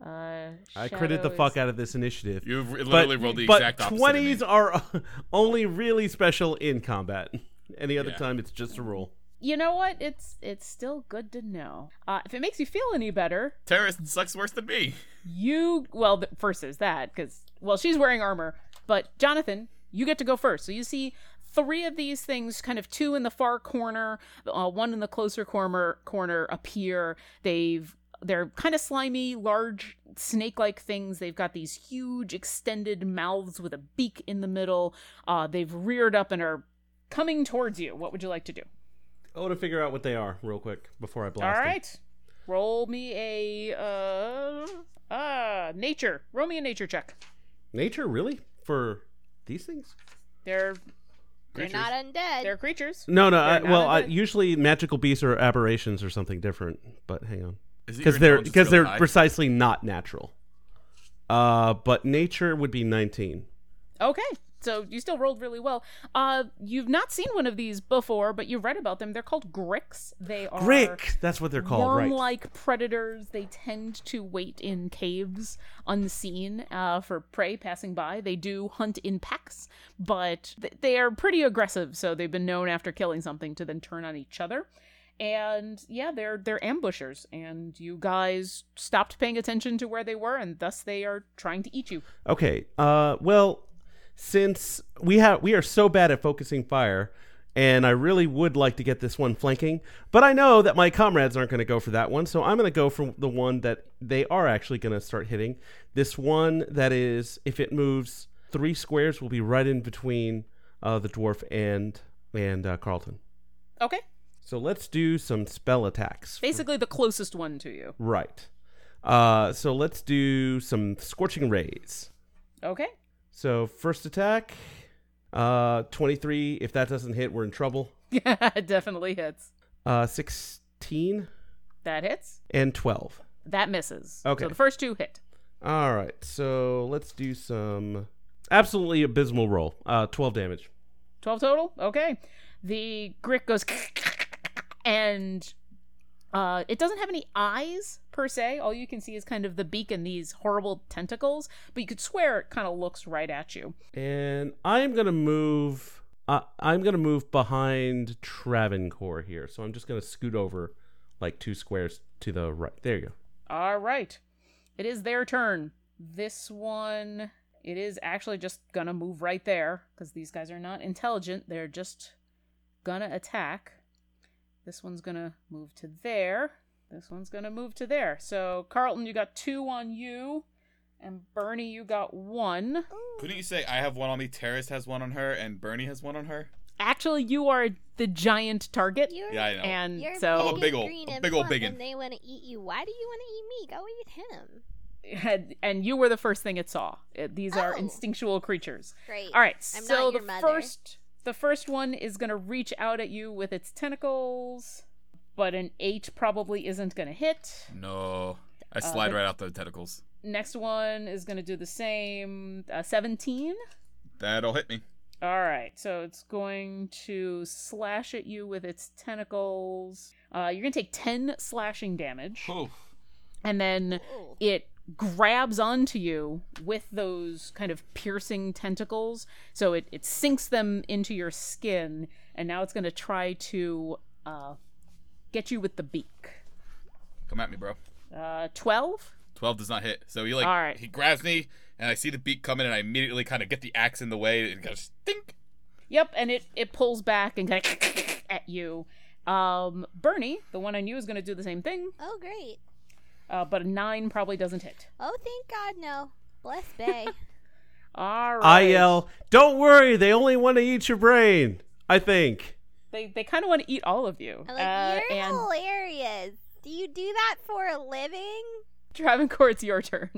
Speaker 6: Uh,
Speaker 2: I critted the
Speaker 6: Shadow
Speaker 2: fuck
Speaker 6: is-
Speaker 2: out of this initiative.
Speaker 4: You literally rolled the
Speaker 2: but
Speaker 4: exact opposite. of me.
Speaker 2: 20s are only really special in combat. Any other
Speaker 4: Yeah.
Speaker 2: time, it's just a rule.
Speaker 6: you know what? It's it's still good to know. Uh, if it makes you feel any better,
Speaker 4: Terrorist sucks worse than me.
Speaker 6: you well th- first is that because well she's wearing armor, but Jonathan, you get to go first. So you see three of these things, kind of two in the far corner, uh, one in the closer corner corner appear. They've they're kind of slimy, large snake-like things. They've got these huge extended mouths with a beak in the middle. Uh, they've reared up and are coming towards you. What would you like to do?
Speaker 2: I want to figure out what they are real quick before I blast.
Speaker 6: All
Speaker 2: them.
Speaker 6: right. Roll me a uh uh nature. Roll me a nature check.
Speaker 2: Nature, really? For these things?
Speaker 6: They're
Speaker 3: They're not undead.
Speaker 6: they're creatures.
Speaker 2: No, no. I,
Speaker 6: not
Speaker 2: well, I,
Speaker 6: undead.
Speaker 2: usually magical beasts are aberrations or something different. But hang on,
Speaker 4: Is it
Speaker 2: because
Speaker 4: your
Speaker 2: they're
Speaker 4: intelligence
Speaker 2: because
Speaker 4: really
Speaker 2: they're
Speaker 4: high?
Speaker 2: precisely not natural. Uh, but nature would be nineteen.
Speaker 6: Okay. So you still rolled really well. Uh you've not seen one of these before, but you've read about them. They're called Gricks. They are
Speaker 2: Grick, that's what they're called, right?
Speaker 6: Worm-like predators, they tend to wait in caves unseen uh, for prey passing by. They do hunt in packs, but th- they are pretty aggressive, so they've been known after killing something to then turn on each other. And yeah, they're they're ambushers, and you guys stopped paying attention to where they were, and thus they are trying to eat you.
Speaker 2: Okay. Uh, well, since we have we are so bad at focusing fire, and I really would like to get this one flanking, but I know that my comrades aren't going to go for that one, so I'm going to go for the one that they are actually going to start hitting. This one that is, if it moves three squares, will be right in between uh, the dwarf and and uh, Carlton.
Speaker 6: Okay,
Speaker 2: So let's do some spell attacks.
Speaker 6: basically the closest one to you.
Speaker 2: Right. Uh, so let's do some scorching rays.
Speaker 6: Okay,
Speaker 2: So first attack, uh, twenty-three. If that doesn't hit, we're in trouble.
Speaker 6: it definitely hits.
Speaker 2: Uh, 16
Speaker 6: That hits.
Speaker 2: and 12.
Speaker 6: That misses.
Speaker 2: Okay.
Speaker 6: So the first two hit.
Speaker 2: All right, so let's do some absolutely abysmal roll. Uh, 12 damage.
Speaker 6: 12 total? Okay. The grit goes and uh, it doesn't have any eyes per se. All you can see is kind of the beak and these horrible tentacles, but you could swear it kind of looks right at you.
Speaker 2: And I am gonna move. Uh, I'm gonna move behind Travancore here, so I'm just gonna scoot over like two squares to the right. There you go.
Speaker 6: All right. It is their turn. This one, it is actually just going to move right there because these guys are not intelligent. They're just going to attack. This one's going to move to there. This one's going to move to there. So, Carlton, you got two on you. And Bernie, you got one.
Speaker 4: Couldn't you say I have one on me, Terrace has one on her, and Bernie has one on her?
Speaker 6: Actually, you are the giant target.
Speaker 3: You're,
Speaker 4: Yeah, I know.
Speaker 6: and
Speaker 3: you're
Speaker 6: so
Speaker 4: I'm a big ol-
Speaker 3: green
Speaker 4: a
Speaker 3: and
Speaker 4: big ol'
Speaker 3: plump
Speaker 4: biggin.
Speaker 3: and they want to eat you. Why do you want to eat me? Go eat him.
Speaker 6: and, and you were the first thing it saw. It- these are
Speaker 3: Oh.
Speaker 6: instinctual creatures.
Speaker 3: Great.
Speaker 6: All right.
Speaker 3: I'm
Speaker 6: so
Speaker 3: not your
Speaker 6: the
Speaker 3: mother.
Speaker 6: first the first one is going to reach out at you with its tentacles, but an 8 probably isn't going to hit.
Speaker 4: No. I slide
Speaker 6: Uh, but-
Speaker 4: right out the tentacles.
Speaker 6: Next one is going to do the same, uh, 17.
Speaker 4: That'll hit me.
Speaker 6: All right. So it's going to slash at you with its tentacles. Uh, you're going to take 10 slashing damage.
Speaker 4: Oof.
Speaker 6: and then it grabs onto you with those kind of piercing tentacles so it, it sinks them into your skin and now it's going to try to uh, get you with the beak
Speaker 4: Come at me, bro.
Speaker 6: uh, 12
Speaker 4: 12 does not hit. So he like
Speaker 6: All right.
Speaker 4: he grabs me and I see the beak coming and I immediately kind of get the axe in the way and goes stink.
Speaker 6: yep and it, it pulls back and kind of at you um, bernie the one on you is going to do the same thing
Speaker 3: Oh, great.
Speaker 6: uh, but a 9 probably doesn't hit
Speaker 3: Oh, thank God, no. Bless Bay.
Speaker 6: all right
Speaker 2: I yell, "Don't worry, they only want to eat your brain." I think.
Speaker 6: they, they kind of want to eat all of you
Speaker 3: I'm like,
Speaker 6: uh,
Speaker 3: you're
Speaker 6: and
Speaker 3: hilarious. Do you do that for a living?
Speaker 6: travancore it's your turn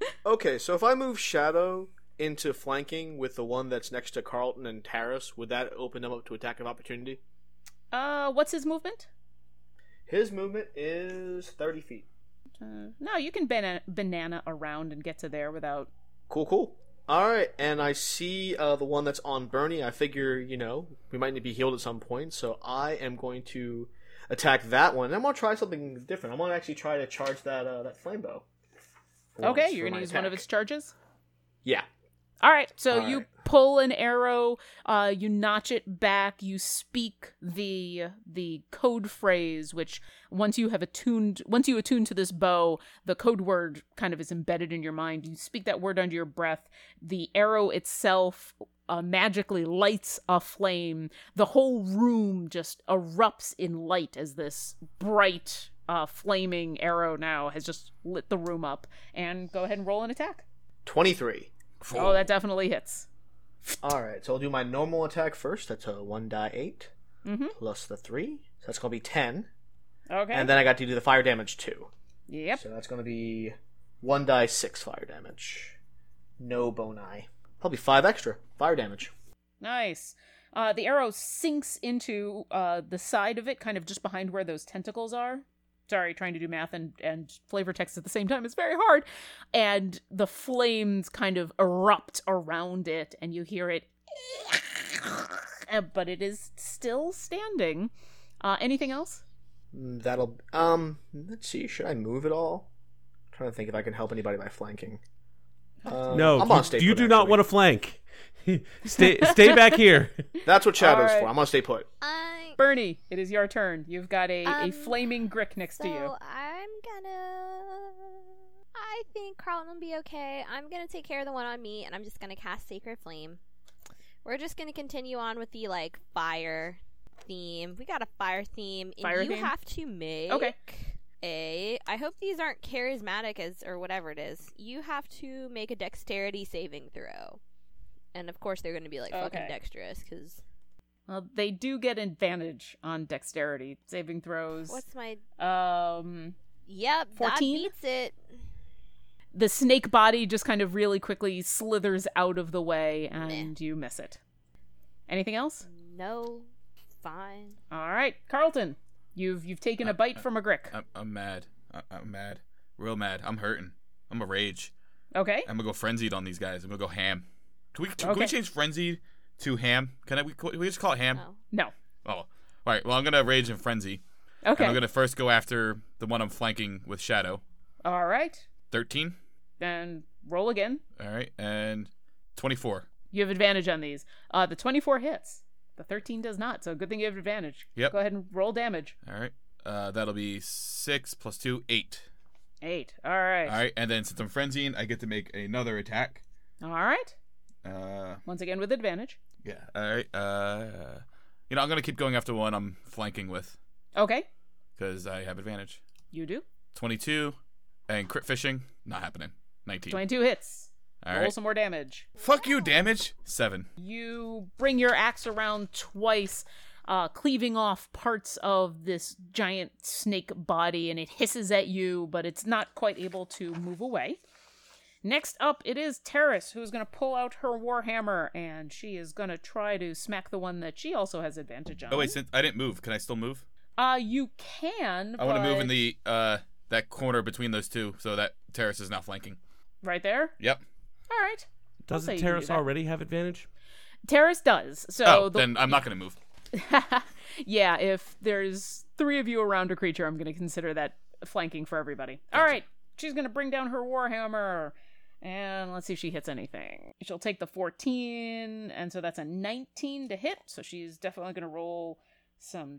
Speaker 5: Okay, so if I move Shadow into flanking with the one that's next to Carlton and Taris, would that open them up to attack of opportunity?
Speaker 6: uh, what's his movement
Speaker 5: His movement is 30 feet.
Speaker 6: Uh, no, you can bana- banana around and get to there without.
Speaker 5: Cool, cool. All right, and I see uh, the one that's on Bernie. I figure, you know, we might need to be healed at some point, so I am going to attack that one. And I'm going to try something different. I'm going to actually try to charge that uh, that flame bow. for once
Speaker 6: Okay, you're
Speaker 5: for
Speaker 6: gonna
Speaker 5: my
Speaker 6: use one of
Speaker 5: attack.
Speaker 6: its charges.
Speaker 5: Yeah.
Speaker 6: All right, so
Speaker 5: All
Speaker 6: you
Speaker 5: right.
Speaker 6: pull an arrow, uh, you notch it back, you speak the the code phrase, which once you have attuned, once you attune to this bow, the code word kind of is embedded in your mind. You speak that word under your breath. The arrow itself uh, magically lights a flame. The whole room just erupts in light as this bright, uh, flaming arrow now has just lit the room up. And go ahead and roll an attack.
Speaker 5: 23.
Speaker 6: Oh, that definitely hits.
Speaker 5: All right, so I'll do my normal attack first. That's a 1 die 8
Speaker 6: Mhm.
Speaker 5: plus the 3. So that's going to be 10.
Speaker 6: Okay.
Speaker 5: Mm-hmm. And then I got to do the fire damage too.
Speaker 6: Yep.
Speaker 5: So that's going to be 1 die 6 fire damage. No boni. Probably 5 extra fire damage.
Speaker 6: Nice. Uh, the arrow sinks into uh, the side of it, kind of just behind where those tentacles are. Sorry, trying to do math and, and flavor text at the same time is very hard. And the flames kind of erupt around it, and you hear it. Uh, But it is still standing. Uh, anything else?
Speaker 5: Mm, That'll um. Let's see. Should I move at all? I'm trying to think if I can help anybody by flanking. Uh,
Speaker 2: no,
Speaker 5: I'm
Speaker 2: you,
Speaker 5: on stay.
Speaker 2: you
Speaker 5: put,
Speaker 2: do not
Speaker 5: actually.
Speaker 2: want to flank. stay, stay back here.
Speaker 5: That's what Shadow's
Speaker 6: Alright.
Speaker 5: for. I'm on stay put.
Speaker 3: I.
Speaker 6: Bernie, it is your turn. You've got a, a
Speaker 3: Um,
Speaker 6: flaming grick next
Speaker 3: so
Speaker 6: to you.
Speaker 3: I'm gonna. I think Carlton will be okay. I'm gonna take care of the one on me, and I'm just gonna cast Sacred Flame. We're just gonna continue on with the like fire theme. We got a fire theme, and
Speaker 6: Fire
Speaker 3: you
Speaker 6: theme?
Speaker 3: have to make
Speaker 6: Okay.
Speaker 3: a. I hope these aren't charismatic as or whatever it is. You have to make a dexterity saving throw, and of course they're gonna be like
Speaker 6: Okay.
Speaker 3: fucking dexterous because
Speaker 6: Well, they do get advantage on dexterity saving throws.
Speaker 3: what's my
Speaker 6: Um,
Speaker 3: yep
Speaker 6: 14?
Speaker 3: that beats it.
Speaker 6: the snake body just kind of really quickly slithers out of the way and you miss it. Anything else?
Speaker 3: No fine.
Speaker 6: All right, Carlton, you've you've taken a
Speaker 4: I-
Speaker 6: bite
Speaker 4: I-
Speaker 6: from a grick.
Speaker 4: I'm, I'm mad. I, I'm mad. Real mad. I'm hurting. I'm a rage.
Speaker 6: okay.
Speaker 4: I'm gonna go frenzied on these guys. I'm gonna go ham. Can we can
Speaker 6: Okay.
Speaker 4: we change frenzied to ham? Can I we, can we just call it ham?
Speaker 3: No.
Speaker 6: No.
Speaker 4: Oh, all right. Well, I'm gonna rage and frenzy. And
Speaker 6: Okay.
Speaker 4: I'm gonna first go after the one I'm flanking with shadow.
Speaker 6: All right.
Speaker 4: Thirteen.
Speaker 6: Then roll again.
Speaker 4: All right, and twenty-four.
Speaker 6: You have advantage on these. Uh, the 24 hits. The 13 does not. So good thing you have advantage.
Speaker 4: Yep.
Speaker 6: Go ahead and roll damage.
Speaker 4: All right. Uh, that'll be six plus two, eight.
Speaker 6: Eight. All right.
Speaker 4: All right, and then since I'm frenzied, I get to make another attack.
Speaker 6: All right.
Speaker 4: Uh,
Speaker 6: Once again with advantage.
Speaker 4: yeah. All right. Uh, you know, I'm gonna keep going after one I'm flanking with
Speaker 6: Okay.
Speaker 4: because I have advantage.
Speaker 6: You do.
Speaker 4: Twenty-two, and crit fishing not happening. Nineteen.
Speaker 6: 22 hits.
Speaker 4: All
Speaker 6: roll
Speaker 4: right.
Speaker 6: some more damage.
Speaker 4: Fuck you, damage. Seven.
Speaker 6: You bring your axe around twice, uh, cleaving off parts of this giant snake body, and it hisses at you, but it's not quite able to move away. Next up, it is Terrace, who's going to pull out her warhammer, and she is going to try to smack the one that she also has advantage on.
Speaker 4: Oh wait, since I didn't move, can I still move?
Speaker 6: uh, you can.
Speaker 4: I want to move in
Speaker 6: but-
Speaker 4: the uh that corner between those two, so that terrace is not flanking.
Speaker 6: right there.
Speaker 4: Yep.
Speaker 6: All right, say
Speaker 2: Doesn't
Speaker 6: you do
Speaker 2: Terrace
Speaker 6: that.
Speaker 2: already have advantage?
Speaker 6: Terrace does. So
Speaker 4: oh,
Speaker 6: the-
Speaker 4: then I'm not gonna move.
Speaker 6: yeah, if there's three of you around a creature, I'm going to consider that flanking for everybody. All right, she's going to bring down her warhammer, and let's see if she hits anything. She'll take the 14, and so that's a 19 to hit. So she's definitely going to roll some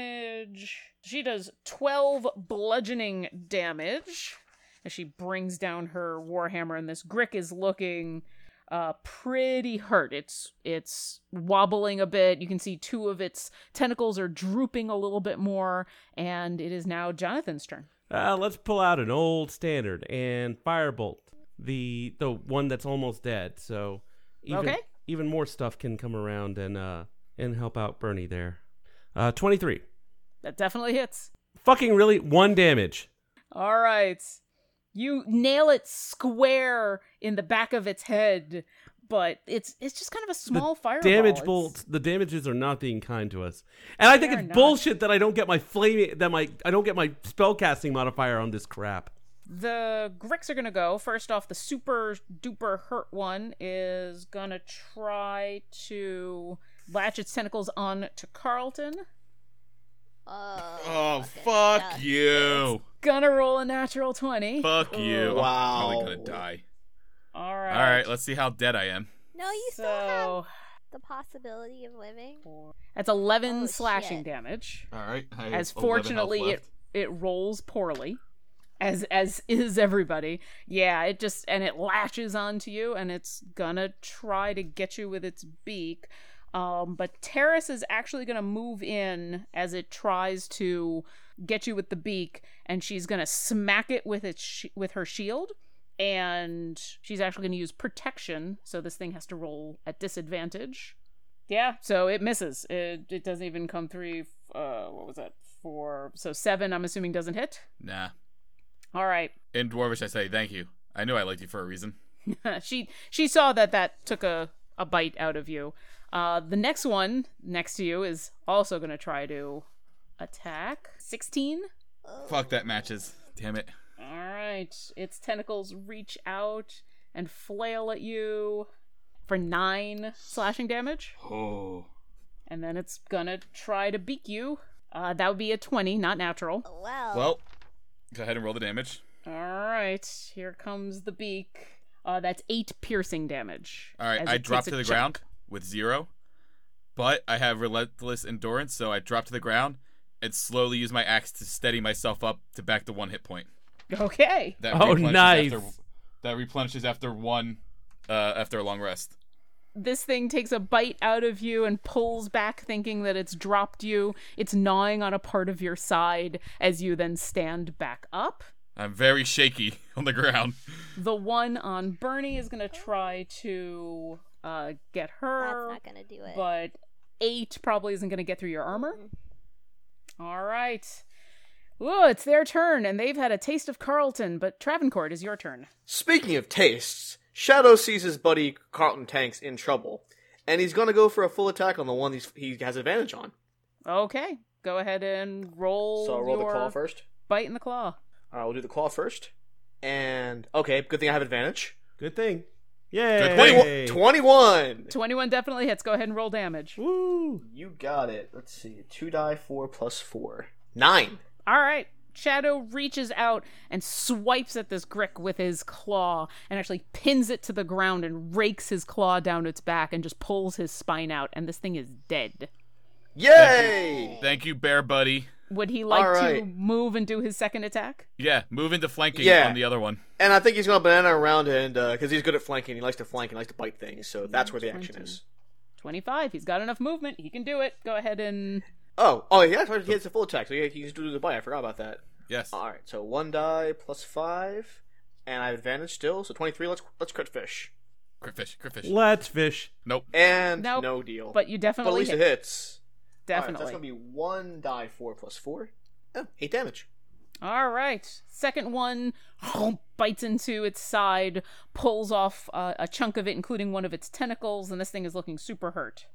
Speaker 6: damage. She does 12 bludgeoning damage as she brings down her warhammer, and this Grick is looking uh pretty hurt it's it's wobbling a bit you can see two of its tentacles are drooping a little bit more and it is now jonathan's turn
Speaker 2: Uh, let's pull out an old standard and firebolt the the one that's almost dead. So even
Speaker 6: Okay.
Speaker 2: even more stuff can come around and uh and help out Bernie there. Uh, twenty three.
Speaker 6: that definitely hits
Speaker 2: Fucking really one damage.
Speaker 6: all right you nail it square in the back of its head but it's it's just kind of a small fireball
Speaker 2: Damage
Speaker 6: It's-
Speaker 2: bolts. The damages are not being kind to us, and I think
Speaker 6: They are
Speaker 2: it's
Speaker 6: not.
Speaker 2: bullshit that I don't get my flame that my I don't get my spellcasting modifier on this crap.
Speaker 6: The Gricks are gonna go. First off, the super duper hurt one is gonna try to latch its tentacles on to Carlton.
Speaker 3: Oh,
Speaker 4: Oh,
Speaker 3: it
Speaker 4: fuck
Speaker 3: sucks.
Speaker 4: you.
Speaker 6: Gonna roll a natural twenty.
Speaker 4: Fuck you.
Speaker 5: Wow.
Speaker 4: I'm probably gonna die.
Speaker 6: All
Speaker 4: All
Speaker 6: right.
Speaker 4: right, let's see how dead I am.
Speaker 3: No, you
Speaker 6: so
Speaker 3: still have the possibility of living.
Speaker 6: that's eleven
Speaker 3: Oh,
Speaker 6: slashing
Speaker 3: shit.
Speaker 6: damage.
Speaker 4: All right. I have 11
Speaker 6: As
Speaker 4: health
Speaker 6: fortunately it
Speaker 4: left.
Speaker 6: it rolls poorly, as as is everybody. Yeah, it just and it latches onto you, and it's gonna try to get you with its beak. Um, but Terrace is actually gonna move in as it tries to get you with the beak, and she's gonna smack it with its sh- with her shield. And she's actually going to use protection, so this thing has to roll at disadvantage. Yeah, so it misses. It, it doesn't even come three. Uh, what was that? Four. So seven. I'm assuming doesn't hit.
Speaker 4: Nah.
Speaker 6: All right.
Speaker 4: In dwarvish, I say thank you. I knew I liked you for a reason.
Speaker 6: she she saw that that took a a bite out of you. Uh, the next one next to you is also going to try to attack. Sixteen.
Speaker 4: Fuck that matches. Damn it.
Speaker 6: All right. Its tentacles reach out and flail at you for nine slashing damage.
Speaker 4: Oh.
Speaker 6: and then it's gonna try to beak you. Uh, that would be a 20, not natural.
Speaker 3: Well,
Speaker 4: Well, go ahead and roll the damage.
Speaker 6: All right, here comes the beak. Uh, that's eight piercing damage.
Speaker 4: All right,
Speaker 6: as
Speaker 4: I
Speaker 6: it
Speaker 4: drop
Speaker 6: takes a
Speaker 4: to the
Speaker 6: chunk.
Speaker 4: ground with zero, but I have relentless endurance, so I drop to the ground and slowly use my axe to steady myself up to back to one hit point.
Speaker 6: Okay.
Speaker 4: That
Speaker 2: Oh,
Speaker 4: replenishes
Speaker 2: nice.
Speaker 4: After, that replenishes after one, uh, after a long rest.
Speaker 6: This thing takes a bite out of you and pulls back, thinking that it's dropped you. It's gnawing on a part of your side as you then stand back up.
Speaker 4: I'm very shaky on the ground.
Speaker 6: The one on Bernie is gonna try to uh, get her.
Speaker 3: that's not gonna do it.
Speaker 6: but eight probably isn't going to get through your armor. All right. Ooh, it's their turn, and they've had a taste of Carlton, but Travancore, it is your turn.
Speaker 5: Speaking of tastes, Shadow sees his buddy Carlton Tanks in trouble, and he's gonna go for a full attack on the one he's, he has advantage on.
Speaker 6: Okay, go ahead and roll.
Speaker 5: So I'll roll the
Speaker 6: your
Speaker 5: claw first.
Speaker 6: Bite in the claw.
Speaker 5: All right, we'll do the claw first. And okay, good thing I have advantage.
Speaker 2: Good thing. Yay.
Speaker 4: Good thing.
Speaker 5: Twenty- 21.
Speaker 6: Twenty-one definitely hits. Go ahead and roll damage.
Speaker 2: Woo.
Speaker 5: You got it. Let's see. Two die, four plus four. Nine.
Speaker 6: All right. Shadow reaches out and swipes at this grick with his claw and actually pins it to the ground and rakes his claw down its back and just pulls his spine out. And this thing is dead.
Speaker 5: Yay!
Speaker 4: Thank you, Bear Buddy.
Speaker 6: Would he like
Speaker 5: All
Speaker 6: to
Speaker 5: right.
Speaker 6: move and do his second attack?
Speaker 4: Yeah, move into flanking
Speaker 5: Yeah.
Speaker 4: on the other one.
Speaker 5: And I think he's going to banana around and because he's good at flanking, he likes to flank and likes to bite things, so that's where the action
Speaker 6: 20.
Speaker 5: is.
Speaker 6: 25. He's got enough movement. He can do it. Go ahead and.
Speaker 5: Oh, oh yeah, that's right, he gets a full attack, so yeah, he can do the bite. I forgot about that.
Speaker 4: Yes.
Speaker 5: All right, so one die plus five, and I have advantage still, so twenty three. Let's let's crit fish.
Speaker 4: Crit fish, crit fish.
Speaker 2: Let's fish.
Speaker 4: Nope.
Speaker 5: And
Speaker 6: Nope,
Speaker 5: no deal.
Speaker 6: But you
Speaker 5: But at
Speaker 6: definitely.
Speaker 5: least
Speaker 6: hit.
Speaker 5: it hits. All right,
Speaker 6: Definitely.
Speaker 5: that's gonna be one die four plus four. Oh, eight damage.
Speaker 6: All right. Second one bites into its side, pulls off uh, a chunk of it, including one of its tentacles, and this thing is looking super hurt.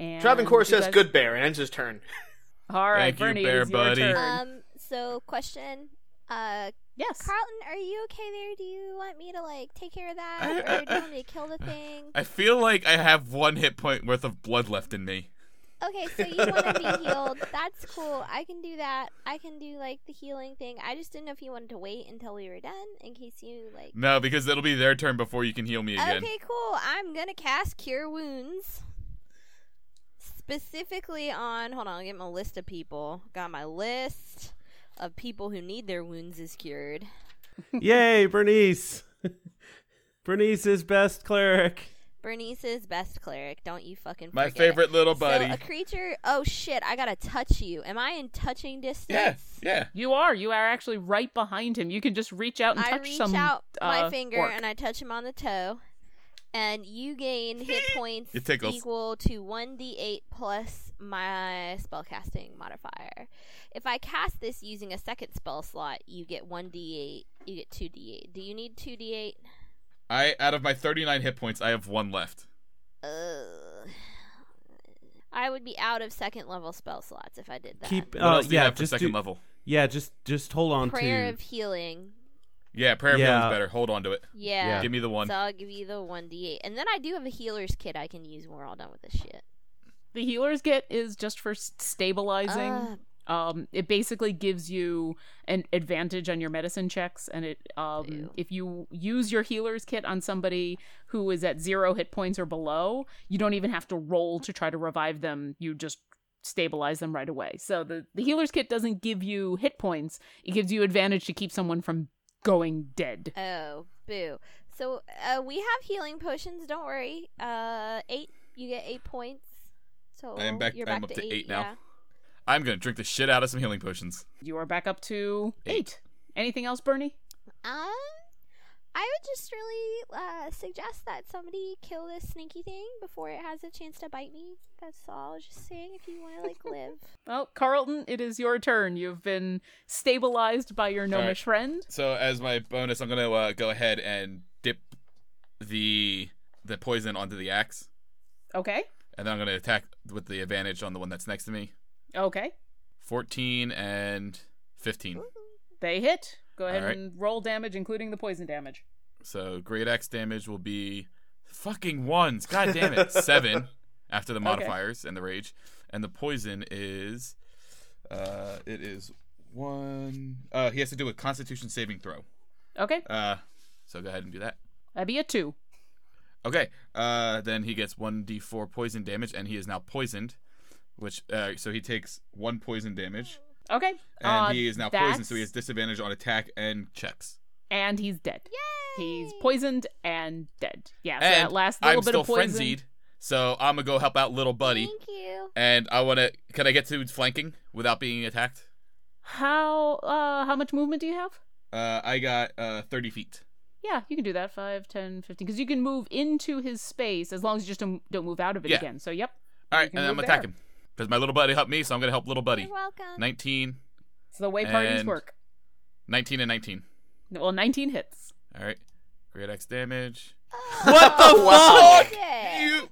Speaker 6: And
Speaker 5: Travancore
Speaker 6: you
Speaker 5: says,
Speaker 6: guys-
Speaker 5: "Good bear," and ends his turn.
Speaker 6: All right,
Speaker 4: Thank you,
Speaker 6: Bernie,
Speaker 4: Bear
Speaker 6: it is your
Speaker 4: Buddy.
Speaker 6: turn.
Speaker 3: Um, so question. Uh,
Speaker 6: yes.
Speaker 3: Carlton, are you okay there? Do you want me to like take care of that,
Speaker 4: I-
Speaker 3: or do
Speaker 4: I-
Speaker 3: you want me to kill the thing?
Speaker 4: I feel like I have one hit point worth of blood left in me.
Speaker 3: Okay, so you want to be healed. That's cool. I can do that. I can do like the healing thing. I just didn't know if you wanted to wait until we were done in case you like.
Speaker 4: No, because it'll be their turn before you can heal me again.
Speaker 3: Okay, cool. I'm gonna cast Cure Wounds. Specifically on, hold on, I'll get my list of people. Got my list of people who need their wounds is cured.
Speaker 2: Yay, Bernice. Bernice is best cleric.
Speaker 3: Bernice's best cleric. Don't you fucking
Speaker 4: My
Speaker 3: forget it.
Speaker 4: favorite little buddy.
Speaker 3: So a creature. Oh shit! I gotta touch you. Am I in touching distance?
Speaker 4: yeah, yeah.
Speaker 6: You are. You are actually right behind him. You can just reach out and
Speaker 3: I
Speaker 6: touch
Speaker 3: reach
Speaker 6: some.
Speaker 3: out my
Speaker 6: uh,
Speaker 3: finger
Speaker 6: orc.
Speaker 3: and I touch him on the toe, and you gain hit points
Speaker 4: It tickles.
Speaker 3: equal to one d8 plus my spellcasting modifier. If I cast this using a second spell slot, you get one d8. You get two d8. Do you need two d8?
Speaker 4: I out of my 39 hit points, I have one left.
Speaker 3: Ugh. I would be out of second level spell slots if I did that.
Speaker 2: Keep
Speaker 4: What
Speaker 2: uh,
Speaker 4: else do you
Speaker 2: yeah,
Speaker 4: have for
Speaker 2: just
Speaker 4: second
Speaker 2: do-
Speaker 4: level?
Speaker 2: Yeah, just just hold on
Speaker 3: prayer
Speaker 2: to
Speaker 3: of healing.
Speaker 4: Yeah, prayer of
Speaker 2: Yeah.
Speaker 4: healing's better. Hold on to it.
Speaker 3: Yeah.
Speaker 2: Yeah.
Speaker 4: Give me the one.
Speaker 3: So I'll give you the one d8, and then I do have a healer's kit I can use when we're all done with this shit.
Speaker 6: The healer's get is just for s- stabilizing.
Speaker 3: Ah.
Speaker 6: um, it basically gives you an advantage on your medicine checks, and it um,
Speaker 3: Ew.
Speaker 6: if you use your healer's kit on somebody who is at zero hit points or below, you don't even have to roll to try to revive them. You just stabilize them right away. So the the healer's kit doesn't give you hit points; it gives you advantage to keep someone from going dead.
Speaker 3: Oh, boo. So uh, we have healing potions. Don't worry. Uh, eight. You get eight points. So
Speaker 4: I am back.
Speaker 3: You're
Speaker 4: I
Speaker 3: back
Speaker 4: am up to eight, now.
Speaker 3: yeah.
Speaker 4: I'm gonna drink the shit out of some healing potions.
Speaker 6: You are back up to eight.
Speaker 4: Eight.
Speaker 6: Anything else, Bernie?
Speaker 3: Um, I would just really uh, suggest that somebody kill this sneaky thing before it has a chance to bite me. That's all. I was just saying, if you want to like live.
Speaker 6: Well, Carlton, it is your turn. You've been stabilized by your gnomish friend.
Speaker 4: So as my bonus, I'm gonna uh, go ahead and dip the the poison onto the axe,
Speaker 6: Okay.
Speaker 4: and then I'm gonna attack with the advantage on the one that's next to me.
Speaker 6: Okay.
Speaker 4: 14 and 15.
Speaker 6: They hit. Go ahead
Speaker 4: Alright.
Speaker 6: and roll damage, including the poison damage.
Speaker 4: So great axe damage will be fucking ones. God damn it. Seven after the modifiers and the rage. And the poison is uh it is one uh he has to do a constitution saving throw.
Speaker 6: Okay,
Speaker 4: Uh so go ahead and do that.
Speaker 6: that'd be a two.
Speaker 4: Okay. Uh then he gets one D four poison damage and he is now poisoned. Which uh so he takes one poison damage.
Speaker 6: Okay,
Speaker 4: And
Speaker 6: uh,
Speaker 4: he is now poisoned, so he has
Speaker 6: that's-
Speaker 4: disadvantage on attack and checks.
Speaker 6: and he's dead. He's poisoned and dead. Yeah, so
Speaker 4: and
Speaker 6: that last
Speaker 4: I'm
Speaker 6: little bit
Speaker 4: still
Speaker 6: of poison.
Speaker 4: frenzied, so I'm gonna go help out little buddy.
Speaker 3: Thank you.
Speaker 4: And I want to. Can I get to flanking without being attacked?
Speaker 6: How uh how much movement do you have?
Speaker 4: Uh, I got uh 30 feet.
Speaker 6: Yeah, you can do that. 5, 10, 15. Because you can move into his space as long as you just don't, don't move out of it
Speaker 4: Yeah.
Speaker 6: again. So, yep.
Speaker 4: All right,
Speaker 6: can
Speaker 4: and I'm gonna
Speaker 6: move
Speaker 4: attack
Speaker 6: there.
Speaker 4: him because my little buddy helped me, so I'm gonna help little buddy.
Speaker 3: You're welcome.
Speaker 4: 19,
Speaker 6: It's the way parties
Speaker 4: And-
Speaker 6: work.
Speaker 4: 19, and 19.
Speaker 6: Well, 19 hits.
Speaker 4: All right,
Speaker 3: Oh,
Speaker 4: great X damage.
Speaker 3: what the
Speaker 5: Wow.
Speaker 3: fuck?
Speaker 4: You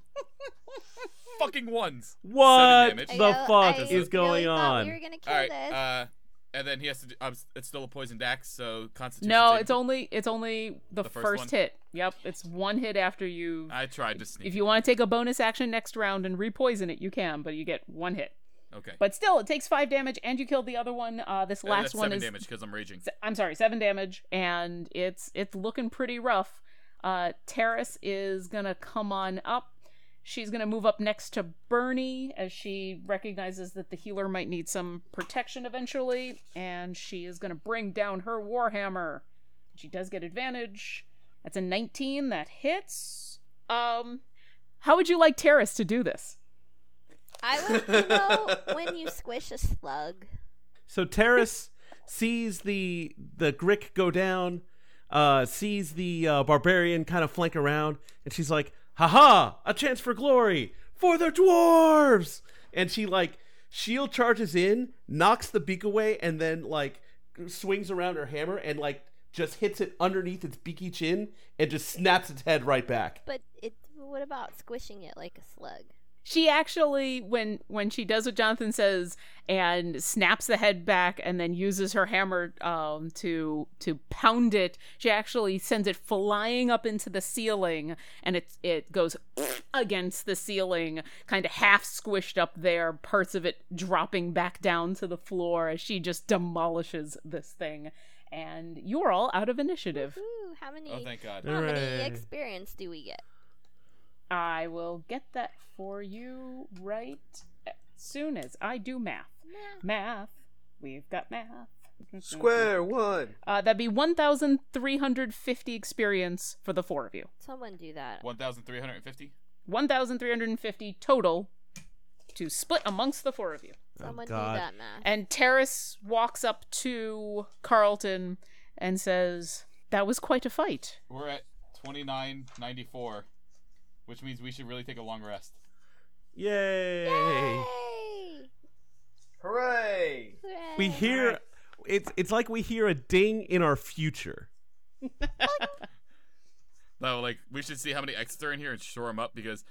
Speaker 4: fucking ones.
Speaker 2: What
Speaker 4: damage.
Speaker 3: I
Speaker 2: the
Speaker 3: know,
Speaker 2: fuck
Speaker 3: I
Speaker 2: is
Speaker 3: really
Speaker 2: going
Speaker 3: thought
Speaker 2: on?
Speaker 3: We were gonna kill
Speaker 4: All right.
Speaker 3: this.
Speaker 4: Uh, and then he has to. Do, um, it's still a poison Dax, so Constitution.
Speaker 6: No,
Speaker 4: saving
Speaker 6: it's
Speaker 4: throw.
Speaker 6: only it's only the,
Speaker 4: The first
Speaker 6: first,
Speaker 4: one?
Speaker 6: hit. Yep, it's one hit after you.
Speaker 4: I tried to sneak.
Speaker 6: if you want to take a bonus action next round and repoison it, you can, but you get one hit.
Speaker 4: okay.
Speaker 6: But still, it takes five damage, and you killed the other one. Uh, this
Speaker 4: And
Speaker 6: last
Speaker 4: that's
Speaker 6: one
Speaker 4: seven
Speaker 6: is
Speaker 4: damage because I'm raging.
Speaker 6: se- I'm sorry, seven damage, and it's it's looking pretty rough. Uh, Terrace is gonna come on up. She's gonna move up next to Bernie as she recognizes that the healer might need some protection eventually, and she is gonna bring down her warhammer. She does get advantage. That's a 19 that hits. Um, how would you like Terrace to do this?
Speaker 3: I would like to know when you squish a slug.
Speaker 2: So Terrace sees the the Grick go down, uh, sees the uh, barbarian kind of flank around, and she's like, "Haha, a chance for glory for the dwarves!" And she like shield charges in, knocks the beak away, and then like swings around her hammer and like just hits it underneath its beaky chin and just snaps its head right back.
Speaker 3: But it. What about squishing it like a slug?
Speaker 6: She actually, when when she does what Jonathan says and snaps the head back, and then uses her hammer um, to to pound it, she actually sends it flying up into the ceiling, and it it goes against the ceiling, kind of half squished up there, parts of it dropping back down to the floor as she just demolishes this thing. And you are all out of initiative.
Speaker 3: Ooh, how many?
Speaker 4: Oh, thank God.
Speaker 3: How
Speaker 2: Hooray.
Speaker 3: many experience do we get?
Speaker 6: I will get that for you right as soon as I do math. Math. We've got math.
Speaker 5: Square one.
Speaker 6: Uh, that'd be 1,350 experience for the four of you.
Speaker 3: Someone do that.
Speaker 4: One thousand three hundred and fifty.
Speaker 6: 1,350 total to split amongst the four of you.
Speaker 3: Someone do
Speaker 2: Oh, God.
Speaker 3: that math.
Speaker 6: And Terrace walks up to Carlton and says, That was quite a fight.
Speaker 4: We're at twenty nine ninety four, which means we should really take a long rest.
Speaker 2: Yay!
Speaker 3: Hey!
Speaker 5: Hooray!
Speaker 3: Hooray!
Speaker 2: We hear it's it's like we hear a ding in our future.
Speaker 4: No, like we should see how many exits are in here and shore them up because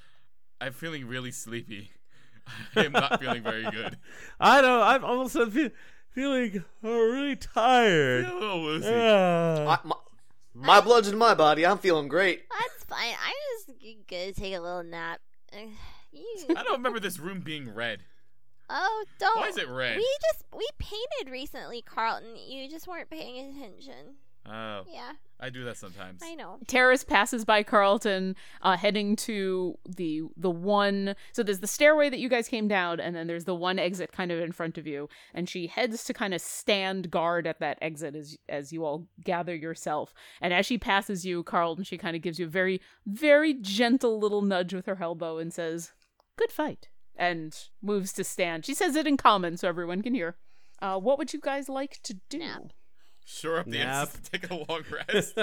Speaker 4: I'm feeling really sleepy. I am not feeling very good.
Speaker 2: I don't. I'm also fe- feeling uh, really tired.
Speaker 4: Oh, Lucy.
Speaker 2: Yeah.
Speaker 5: I, my, my blood's in my body. I'm feeling great.
Speaker 3: That's fine. I'm just g- gonna take a little nap. Ugh, you-
Speaker 4: I don't remember this room being red.
Speaker 3: oh, don't.
Speaker 4: Why is it red?
Speaker 3: We just we painted recently, Carlton. You just weren't paying attention.
Speaker 4: Oh,
Speaker 3: Yeah,
Speaker 4: I do that sometimes.
Speaker 3: I know.
Speaker 6: Terrace passes by Carlton, uh, heading to the the one. So there's the stairway that you guys came down, and then there's the one exit kind of in front of you. And she heads to kind of stand guard at that exit as as you all gather yourself. And as she passes you, Carlton, she kind of gives you a very very gentle little nudge with her elbow and says, "Good fight," and moves to stand. She says it in common so everyone can hear. Uh, what would you guys like to do?
Speaker 3: Nap.
Speaker 4: Shore up the
Speaker 2: Nap.
Speaker 4: exits and take a long rest.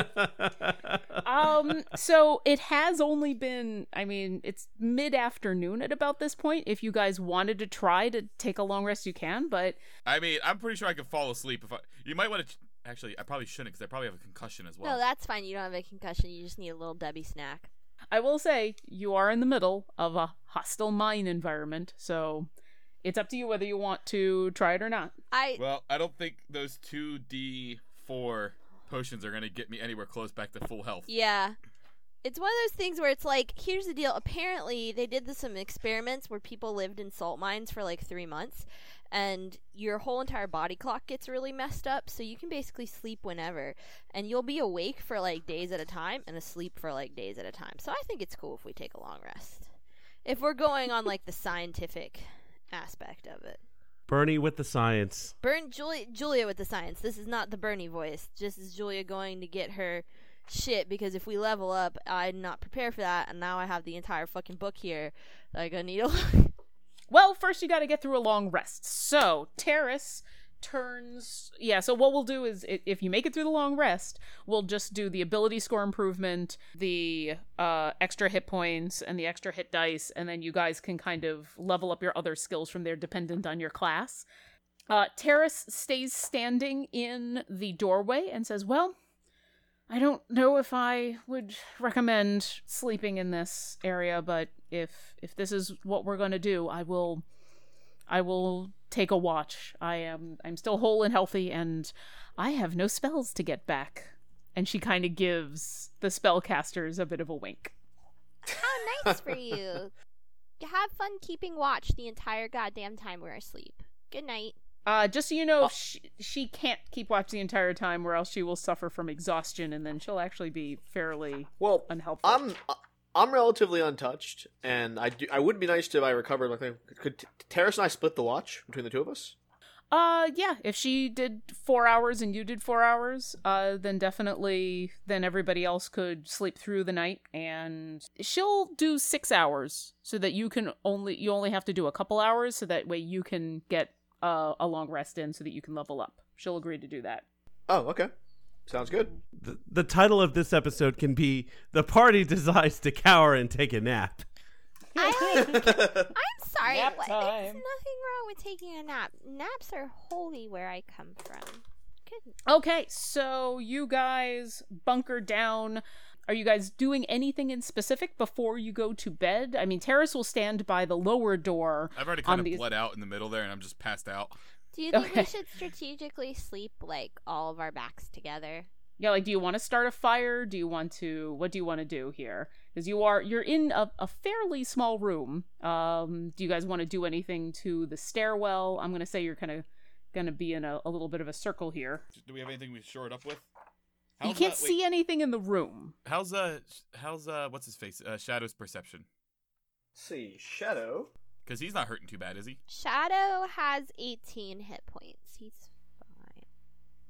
Speaker 6: um so it has only been i mean it's mid-afternoon at about this point if you guys wanted to try to take a long rest you can but
Speaker 4: I mean, I'm pretty sure I could fall asleep if I. You might want to. Actually, I probably shouldn't because I probably have a concussion as well.
Speaker 3: No, that's fine. You don't have a concussion. You just need a little Debbie snack.
Speaker 6: i will say you are in the middle of a hostile mine environment so it's up to you whether you want to try it or not
Speaker 3: I
Speaker 4: well, I don't think those two D four potions are gonna get me anywhere close back to full health.
Speaker 3: yeah. It's one of those things where it's like, here's the deal. Apparently, they did this, some experiments where people lived in salt mines for like three months, and your whole entire body clock gets really messed up. So you can basically sleep whenever, and you'll be awake for like days at a time and asleep for like days at a time. So I think it's cool if we take a long rest. If we're going on like the scientific aspect of it.
Speaker 2: Bernie with the science.
Speaker 3: Burn Julia, Julia with the science. This is not the Bernie voice. Just is Julia going to get her shit because if we level up, I'm not prepared for that, and now I have the entire fucking book here. Like I need a
Speaker 6: well first you got to get through a long rest so terrace turns yeah so what we'll do is i- if you make it through the long rest we'll just do the ability score improvement the uh extra hit points and the extra hit dice and then you guys can kind of level up your other skills from there dependent on your class uh terrace stays standing in the doorway and says well I don't know if I would recommend sleeping in this area, but if if this is what we're going to do, I will I will take a watch. I am I'm still whole and healthy and I have no spells to get back. And she kind of gives the spellcasters a bit of a wink.
Speaker 3: How Oh, nice for you. Have fun keeping watch the entire goddamn time we're asleep. Good night.
Speaker 6: Uh, just so you
Speaker 5: Oh.
Speaker 6: know, she, she can't keep watch the entire time, or else she will suffer from exhaustion, and then she'll actually be fairly
Speaker 5: Well,
Speaker 6: unhelpful.
Speaker 5: I'm I'm relatively untouched, and I do. I would be nice if I recovered. Like, could T- Terrace and I split the watch between the two of us?
Speaker 6: Uh, yeah. If she did four hours and you did four hours, uh, then definitely, then everybody else could sleep through the night, and she'll do six hours so that you can only you only have to do a couple hours, so that way you can get uh, a long rest in, so that you can level up. She'll agree to do that.
Speaker 5: Oh, okay. Sounds good.
Speaker 2: The, the title of this episode can be The Party Decides to Cower and Take a Nap.
Speaker 3: I like, I'm sorry.
Speaker 6: Nap
Speaker 3: what- There's
Speaker 6: time.
Speaker 3: nothing wrong with taking a nap. Naps are holy where I come from. Good.
Speaker 6: Okay, so you guys bunker down. Are you guys doing anything in specific before you go to bed? I mean, Terrace will stand by the lower door.
Speaker 4: I've already
Speaker 6: on
Speaker 4: kind of
Speaker 6: these-
Speaker 4: bled out in the middle there, and I'm just passed out.
Speaker 3: Do you think
Speaker 6: Okay.
Speaker 3: we should strategically sleep like all of our backs together?
Speaker 6: Yeah, like, do you want to start a fire? Do you want to? What do you want to do here? Because you are you're in a, a fairly small room. Um, do you guys want to do anything to the stairwell? I'm gonna say you're kind of gonna be in a, a little bit of a circle here.
Speaker 4: Do we have anything we shore it up with?
Speaker 6: you can't
Speaker 4: uh, wait,
Speaker 6: see anything in the room.
Speaker 4: How's uh sh- how's uh what's his face? Uh, Shadow's perception.
Speaker 5: see, Shadow.
Speaker 4: Cuz he's not hurting too bad, is he?
Speaker 3: Shadow has 18 hit points. He's fine.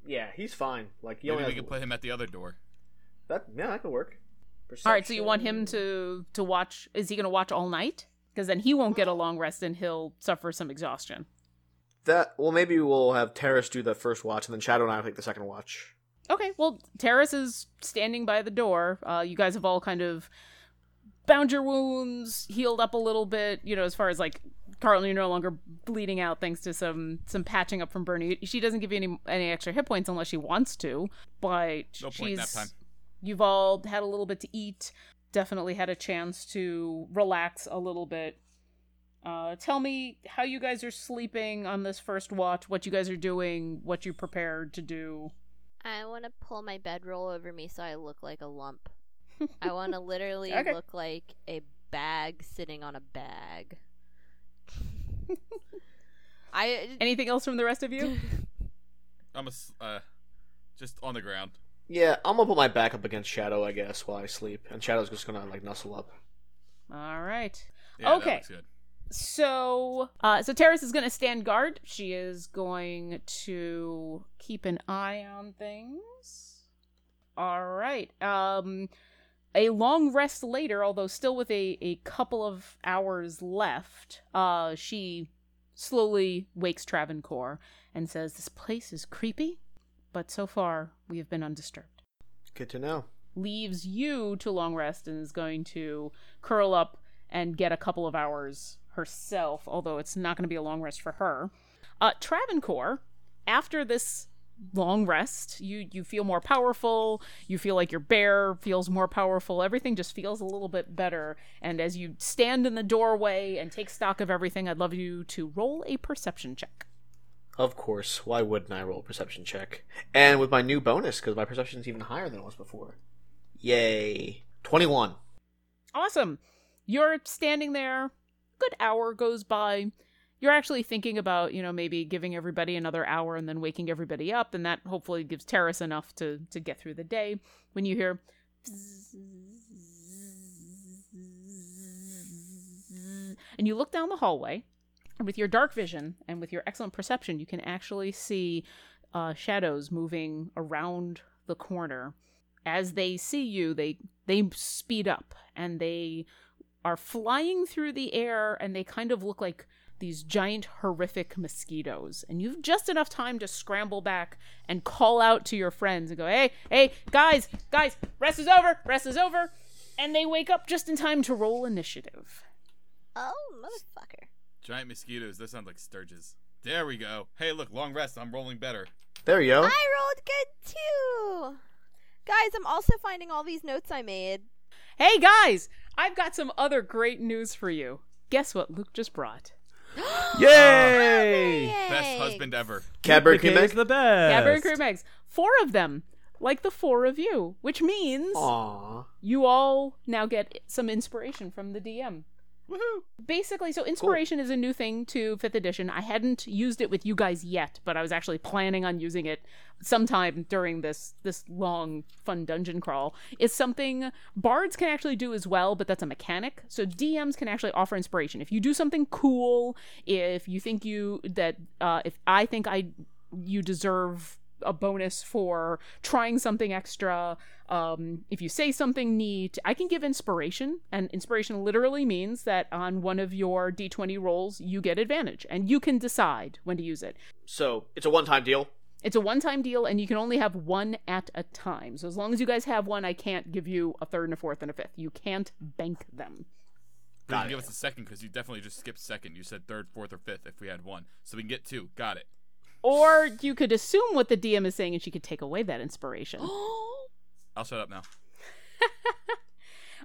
Speaker 5: Yeah, he's fine. Like, you
Speaker 4: Maybe
Speaker 5: only
Speaker 4: we
Speaker 5: have
Speaker 4: can
Speaker 5: to-
Speaker 4: put him at the other door.
Speaker 5: that. Yeah, that could work.
Speaker 6: All right, so you want him
Speaker 5: Perception.
Speaker 6: to to watch? Is he going to watch all night? Because then he won't get a long rest and he'll suffer some exhaustion.
Speaker 5: That well, maybe we'll have Terrace do the first watch, and then Shadow and I will take the second watch.
Speaker 6: Okay, well, Terrace is standing by the door. Uh, you guys have all kind of bound your wounds, healed up a little bit. You know, as far as like Carlton, you're no longer bleeding out thanks to some some patching up from Bernie. She doesn't give you any any extra hit points unless she wants to, but
Speaker 4: No
Speaker 6: she's
Speaker 4: point nap time.
Speaker 6: you've all had a little bit to eat. Definitely had a chance to relax a little bit. Uh, tell me how you guys are sleeping on this first watch. What you guys are doing. What you prepared to do.
Speaker 3: I want to pull my bedroll over me so I look like a lump. I want to literally
Speaker 6: Okay.
Speaker 3: look like a bag sitting on a bag. I
Speaker 6: Anything else from the rest of you?
Speaker 4: I'm a s- uh just on the ground.
Speaker 5: Yeah, I'm gonna put my back up against Shadow, I guess, while I sleep, and Shadow's just gonna like nuzzle up.
Speaker 6: all right.
Speaker 4: Yeah, that
Speaker 6: Okay.
Speaker 4: looks good.
Speaker 6: So, uh, so Terrace is going to stand guard. She is going to keep an eye on things. All right. Um, a long rest later, although still with a a couple of hours left, uh, she slowly wakes Travancore and says, "This place is creepy, but so far we have been undisturbed."
Speaker 5: Good to know.
Speaker 6: leaves you to long rest and is going to curl up and get a couple of hours herself, although it's not going to be a long rest for her. Uh, Travancore, after this long rest, you you feel more powerful. You feel like your bear feels more powerful. Everything just feels a little bit better. And as you stand in the doorway and take stock of everything, I'd love you to roll a perception check.
Speaker 5: Of course, why wouldn't I roll a perception check? And with my new bonus, because my perception's even higher than it was before. Yay. 21.
Speaker 6: Awesome. You're standing there. Good hour goes by. You're actually thinking about, you know, maybe giving everybody another hour and then waking everybody up, and that hopefully gives Terrace enough to to get through the day. When you hear, and you look down the hallway, and with your dark vision and with your excellent perception, you can actually see uh, shadows moving around the corner as they see you they they speed up and they are flying through the air and they kind of look like these giant horrific mosquitoes and you've just enough time to scramble back and call out to your friends and go hey hey guys guys rest is over rest is over and they wake up just in time to roll initiative
Speaker 3: oh motherfucker.
Speaker 4: Giant mosquitoes. That sounds like sturges. There we go. Hey, look, long rest. I'm rolling better.
Speaker 5: There you
Speaker 3: I
Speaker 5: go.
Speaker 3: rolled good too. Guys, guys, I'm also finding all these notes I made.
Speaker 6: Hey guys, I've got some other great news for you. Guess what Luke just brought?
Speaker 2: Yay!
Speaker 4: Best
Speaker 3: Yay.
Speaker 4: husband ever.
Speaker 5: Cadbury
Speaker 2: Luke
Speaker 5: Cream
Speaker 2: is
Speaker 5: Egg?
Speaker 2: the best.
Speaker 6: Cadbury Cream Eggs. Four of them, like the four of you, which means
Speaker 5: Aww.
Speaker 6: you all now get some inspiration from the DM.
Speaker 2: Woohoo.
Speaker 6: Basically, so inspiration is a new thing to 5th edition. I hadn't used it with you guys yet, but I was actually planning on using it sometime during this this long fun dungeon crawl. It's something bards can actually do as well, but that's a mechanic. So DMs can actually offer inspiration. If you do something cool, if you think you that uh if I think I you deserve a bonus for trying something extra. Um, if you say something neat, I can give inspiration, and inspiration literally means that on one of your d20 rolls, you get advantage, and you can decide when to use it.
Speaker 5: So it's a one-time deal.
Speaker 6: It's a one time deal, and you can only have one at a time. So as long as you guys have one, I can't give you a third and a fourth and a fifth. You can't bank them.
Speaker 4: But you
Speaker 5: Got
Speaker 4: can give
Speaker 5: it.
Speaker 4: us a second because you definitely just skipped second. You said third, fourth, or fifth if we had one. So we can get two. Got it.
Speaker 6: Or you could assume what the DM is saying, and she could take away that inspiration.
Speaker 4: I'll shut up now.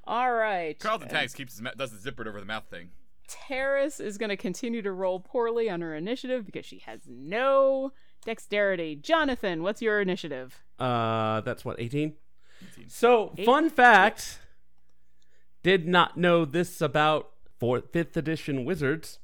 Speaker 6: All right.
Speaker 4: Carlton Tanks keeps his ma- does the zippered over the mouth thing.
Speaker 6: Terrace is going to continue to roll poorly on her initiative because she has no dexterity. Jonathan, what's your initiative?
Speaker 2: Uh, that's what 18. So, fun fact: did not know this about fourth, fifth edition wizards.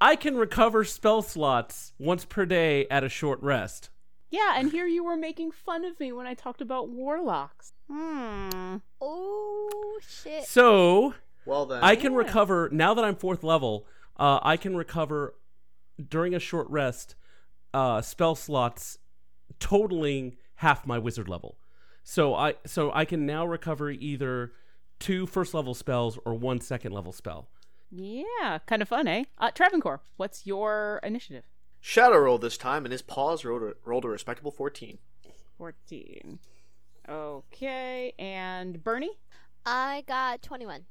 Speaker 2: I can recover spell slots once per day at a short rest.
Speaker 6: Yeah, and here you were making fun of me when I talked about warlocks. Hmm.
Speaker 3: Oh shit!
Speaker 2: So
Speaker 5: Well then.
Speaker 2: I can recover now that I'm fourth level. Uh, I can recover during a short rest uh, spell slots totaling half my wizard level. So I so I can now recover either two first level spells or one second level spell.
Speaker 6: Yeah, kind of fun, eh? Uh, Travancore, what's your initiative?
Speaker 5: Shadow rolled this time, and his paws rolled a, rolled a respectable 14.
Speaker 6: 14. Okay, and Bernie?
Speaker 3: I got 21.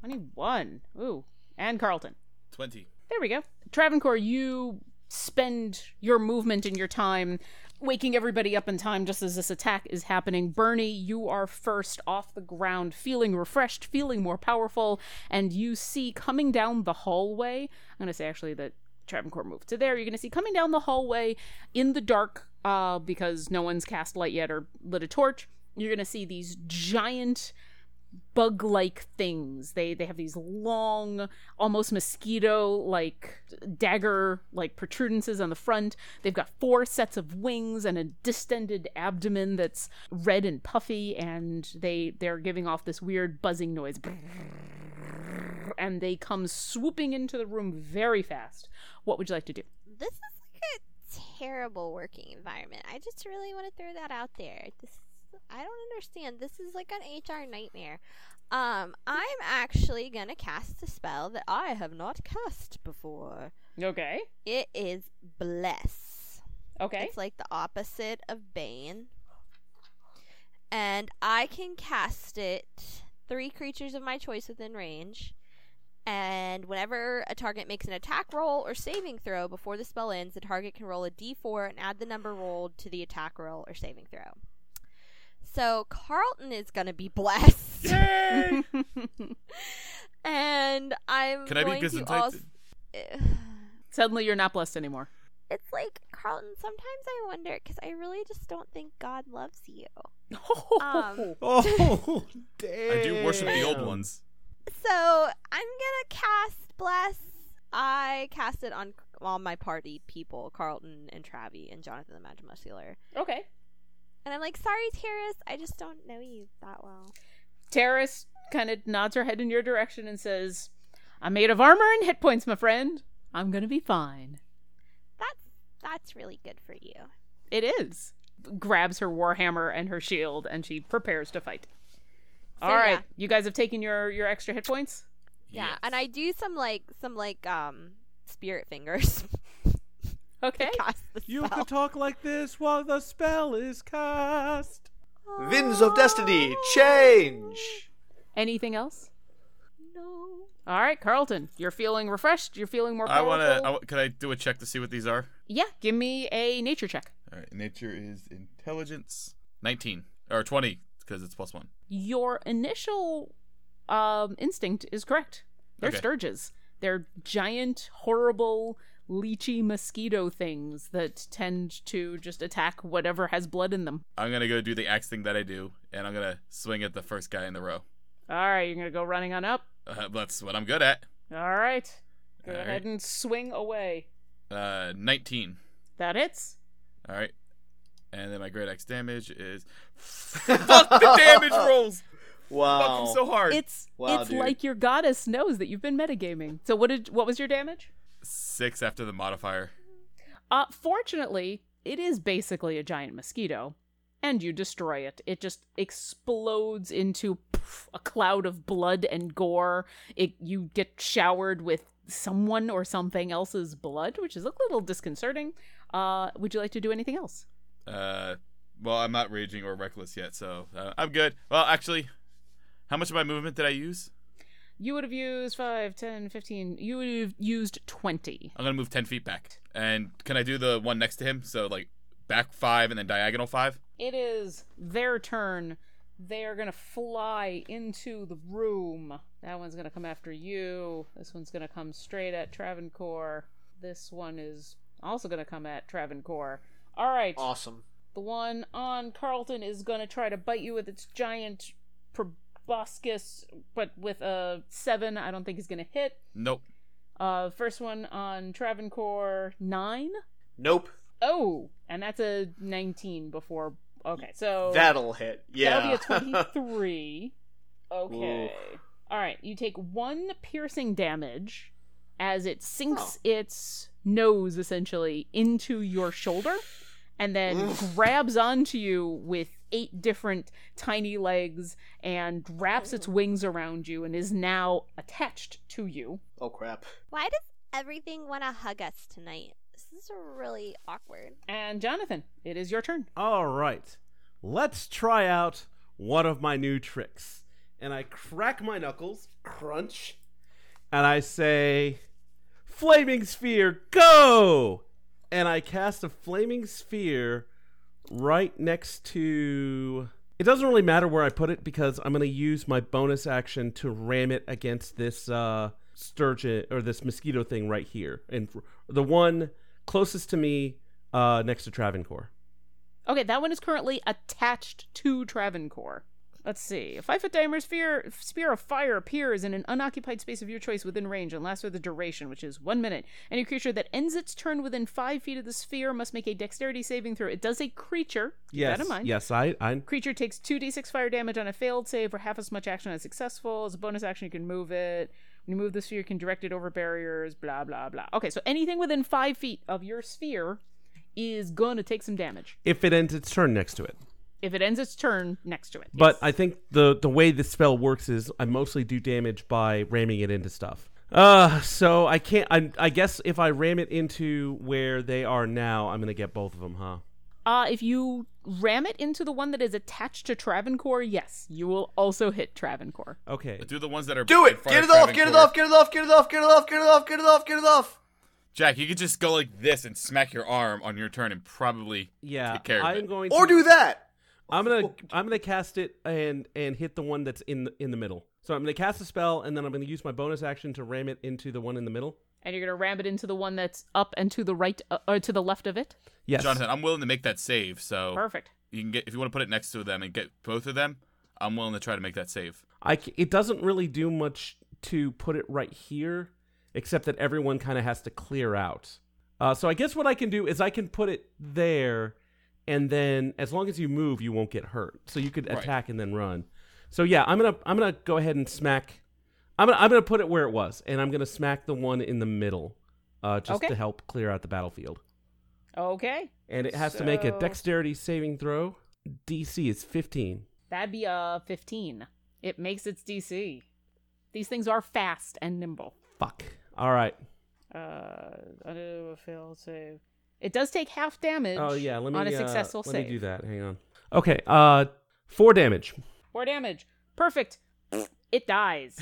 Speaker 6: 21. Ooh, and Carlton.
Speaker 4: 20.
Speaker 6: There we go. Travancore, you spend your movement and your time waking everybody up in time just as this attack is happening. Bernie, you are first off the ground, feeling refreshed, feeling more powerful, and you see coming down the hallway. I'm going to say actually that Travancore moved to there. You're going to see coming down the hallway in the dark uh, because no one's cast light yet or lit a torch. You're going to see these giant bug-like things. They they have these long, almost mosquito-like dagger-like protrudences on the front. They've got four sets of wings and a distended abdomen that's red and puffy, and they they're giving off this weird buzzing noise. And they come swooping into the room very fast. What would you like to do?
Speaker 3: This is like a terrible working environment. I just really want to throw that out there. This I don't understand. This is like an HR nightmare. Um, I'm actually gonna cast a spell that I have not cast before.
Speaker 6: Okay.
Speaker 3: It is bless.
Speaker 6: Okay.
Speaker 3: It's like the opposite of Bane. And I can cast it three creatures of my choice within range. And whenever a target makes an attack roll or saving throw before the spell ends, the target can roll a d4 and add the number rolled to the attack roll or saving throw. So Carlton is going to be blessed. and I'm
Speaker 4: Can I be
Speaker 3: going to eh,
Speaker 4: gesundheit?
Speaker 3: als-
Speaker 6: Suddenly you're not blessed anymore.
Speaker 3: it's like Carlton. Sometimes I wonder because I really just don't think God loves you. Um,
Speaker 2: Oh, damn.
Speaker 4: I do worship the old ones.
Speaker 3: So I'm gonna cast bless. I cast it on all my party people, Carlton and Travi and Jonathan the Magic Muscular.
Speaker 6: Okay.
Speaker 3: And I'm like, sorry, Terrace, I just don't know you that well.
Speaker 6: Terrace kind of nods her head in your direction and says, I'm made of armor and hit points, my friend. I'm going to be fine.
Speaker 3: That's that's really good for you.
Speaker 6: It is. Grabs her warhammer and her shield and she prepares to fight.
Speaker 3: So,
Speaker 6: All right.
Speaker 3: yeah.
Speaker 6: You guys have taken your, your extra hit points?
Speaker 3: Yeah.
Speaker 4: Yes.
Speaker 3: And I do some like some like um spirit fingers.
Speaker 6: Okay.
Speaker 3: cast the
Speaker 2: You
Speaker 3: spell.
Speaker 2: could talk like this while the spell is cast.
Speaker 5: Winds of Destiny, change!
Speaker 6: Anything else?
Speaker 3: no.
Speaker 6: All right, Carlton. You're feeling refreshed. You're feeling more
Speaker 4: I
Speaker 6: powerful.
Speaker 4: want to. I w- could I do a check to see what these are?
Speaker 6: Yeah, give me a nature check.
Speaker 4: All right. Nature is intelligence. 19 or 20. because it's plus one.
Speaker 6: Your initial um, instinct is correct. They're
Speaker 4: Okay.
Speaker 6: sturges. They're giant, horrible, leechy mosquito things that tend to just attack whatever has blood in them.
Speaker 4: I'm gonna go do the axe thing that I do, and I'm gonna swing at the first guy in the row.
Speaker 6: All right, you're gonna go running on up.
Speaker 4: Uh, that's what I'm good at.
Speaker 6: All right, go
Speaker 4: All right.
Speaker 6: ahead and swing away.
Speaker 4: Uh, 19.
Speaker 6: That hits.
Speaker 4: All right. And then my great axe damage is. Fuck the damage rolls. Fuck
Speaker 5: Wow.
Speaker 4: them so hard.
Speaker 6: It's
Speaker 5: Wow,
Speaker 6: it's
Speaker 5: dude.
Speaker 6: like your goddess knows that you've been metagaming. So what did what was your damage?
Speaker 4: Six after the modifier.
Speaker 6: Uh, fortunately, it is basically a giant mosquito, and you destroy it. It just explodes into poof, a cloud of blood and gore. It you get showered with someone or something else's blood, which is a little disconcerting. Uh, would you like to do anything else?
Speaker 4: Uh, well, I'm not raging or reckless yet, so uh, I'm good. Well, actually, how much of my movement did I use?
Speaker 6: You would have used 5, 10, 15. You would have used 20.
Speaker 4: I'm gonna move 10 feet back. And can I do the one next to him? So like back five and then diagonal five.
Speaker 6: It is their turn. They are gonna fly into the room. That one's gonna come after you. This one's gonna come straight at Travancore. This one is also gonna come at Travancore. All right.
Speaker 5: Awesome.
Speaker 6: The one on Carlton is gonna try to bite you with its giant proboscis, but with a seven, I don't think he's gonna hit.
Speaker 4: Nope.
Speaker 6: Uh, first one on Travancore nine.
Speaker 5: Nope.
Speaker 6: Oh, and that's a nineteen before. Okay, so
Speaker 5: That'll hit. Yeah.
Speaker 6: Oh. That'll be a 23. okay. All right. You take one piercing damage as it sinks its nose essentially into your shoulder and then grabs onto you with eight different tiny legs and wraps its wings around you and is now attached to you.
Speaker 5: oh crap.
Speaker 3: Why does everything want to hug us tonight? This is really awkward.
Speaker 6: And Jonathan, it is your turn.
Speaker 2: All right, let's try out one of my new tricks. And I crack my knuckles, crunch, and I say, Flaming Sphere, go! And I cast a Flaming Sphere right next to. It doesn't really matter where I put it because I'm going to use my bonus action to ram it against this uh, sturgeon or this mosquito thing right here. And the one closest to me uh, next to Travancore.
Speaker 6: Okay, that one is currently attached to Travancore. Let's see. A five foot diameter sphere, spear of fire appears in an unoccupied space of your choice within range and lasts for the duration, which is one minute. Any creature that ends its turn within five feet of the sphere must make a dexterity saving throw. It does say creature. Keep
Speaker 2: Yes.
Speaker 6: that in mind.
Speaker 2: Yes, I, I.
Speaker 6: Creature takes 2d6 fire damage on a failed save or half as much action as successful. As a bonus action, you can move it. When you move the sphere, you can direct it over barriers, blah, blah, blah. Okay, so anything within five feet of your sphere is going to take some damage
Speaker 2: If it ends its turn next to it.
Speaker 6: if it ends its turn next to it.
Speaker 2: But I think the the way this spell works is I mostly do damage by ramming it into stuff. Uh, so I can't. I, I guess if I ram it into where they are now, I'm gonna get both of them, huh?
Speaker 6: Uh, if you ram it into the one that is attached to Travancore, yes, you will also hit Travancore.
Speaker 2: Okay.
Speaker 4: But do the ones that are
Speaker 5: Do
Speaker 4: in
Speaker 5: it.
Speaker 4: front
Speaker 5: Get
Speaker 4: of
Speaker 5: it off.
Speaker 4: Kraven
Speaker 5: Get it
Speaker 4: Core.
Speaker 5: off. Get it off. Get it off. Get it off. Get it off. Get it off. Get it off.
Speaker 4: Jack, you could just go like this and smack your arm on your turn and probably
Speaker 2: Yeah.
Speaker 4: take care of
Speaker 2: I'm
Speaker 4: it.
Speaker 2: going.
Speaker 5: Or
Speaker 2: to-
Speaker 5: do that.
Speaker 2: I'm
Speaker 4: Oh.
Speaker 2: gonna I'm gonna cast it and and hit the one that's in the, in the middle. So I'm gonna cast a spell and then I'm gonna use my bonus action to ram it into the one in the middle.
Speaker 6: And you're gonna ram it into the one that's up and to the right uh, or to the left of it.
Speaker 2: Yes.
Speaker 4: Jonathan, I'm willing to make that save,
Speaker 2: Oh.
Speaker 4: so
Speaker 6: Perfect.
Speaker 4: you can get if you want to put it next to them and get both of them, I'm willing to try to make that save.
Speaker 2: I c- it doesn't really do much to put it right here, except that everyone kind of has to clear out. Uh, so I guess what I can do is I can put it there, and then as long as you move, you won't get hurt. So you could
Speaker 4: Right.
Speaker 2: attack and then run. So yeah, I'm gonna I'm gonna go ahead and smack. I'm gonna I'm gonna put it where it was, and I'm gonna smack the one in the middle, uh, just
Speaker 6: Okay.
Speaker 2: to help clear out the battlefield.
Speaker 6: Okay,
Speaker 2: And it has to make a
Speaker 6: So-
Speaker 2: dexterity saving throw. DC is 15.
Speaker 6: that'd be a fifteen. It makes its DC. These things are fast and nimble.
Speaker 2: Fuck. All right.
Speaker 6: Uh, I do a failed save. It does take half damage.
Speaker 2: Oh yeah, let me
Speaker 6: on a
Speaker 2: uh,
Speaker 6: successful
Speaker 2: let
Speaker 6: save.
Speaker 2: me do that. Hang on. Okay, uh, four damage.
Speaker 6: Four damage. Perfect. It dies.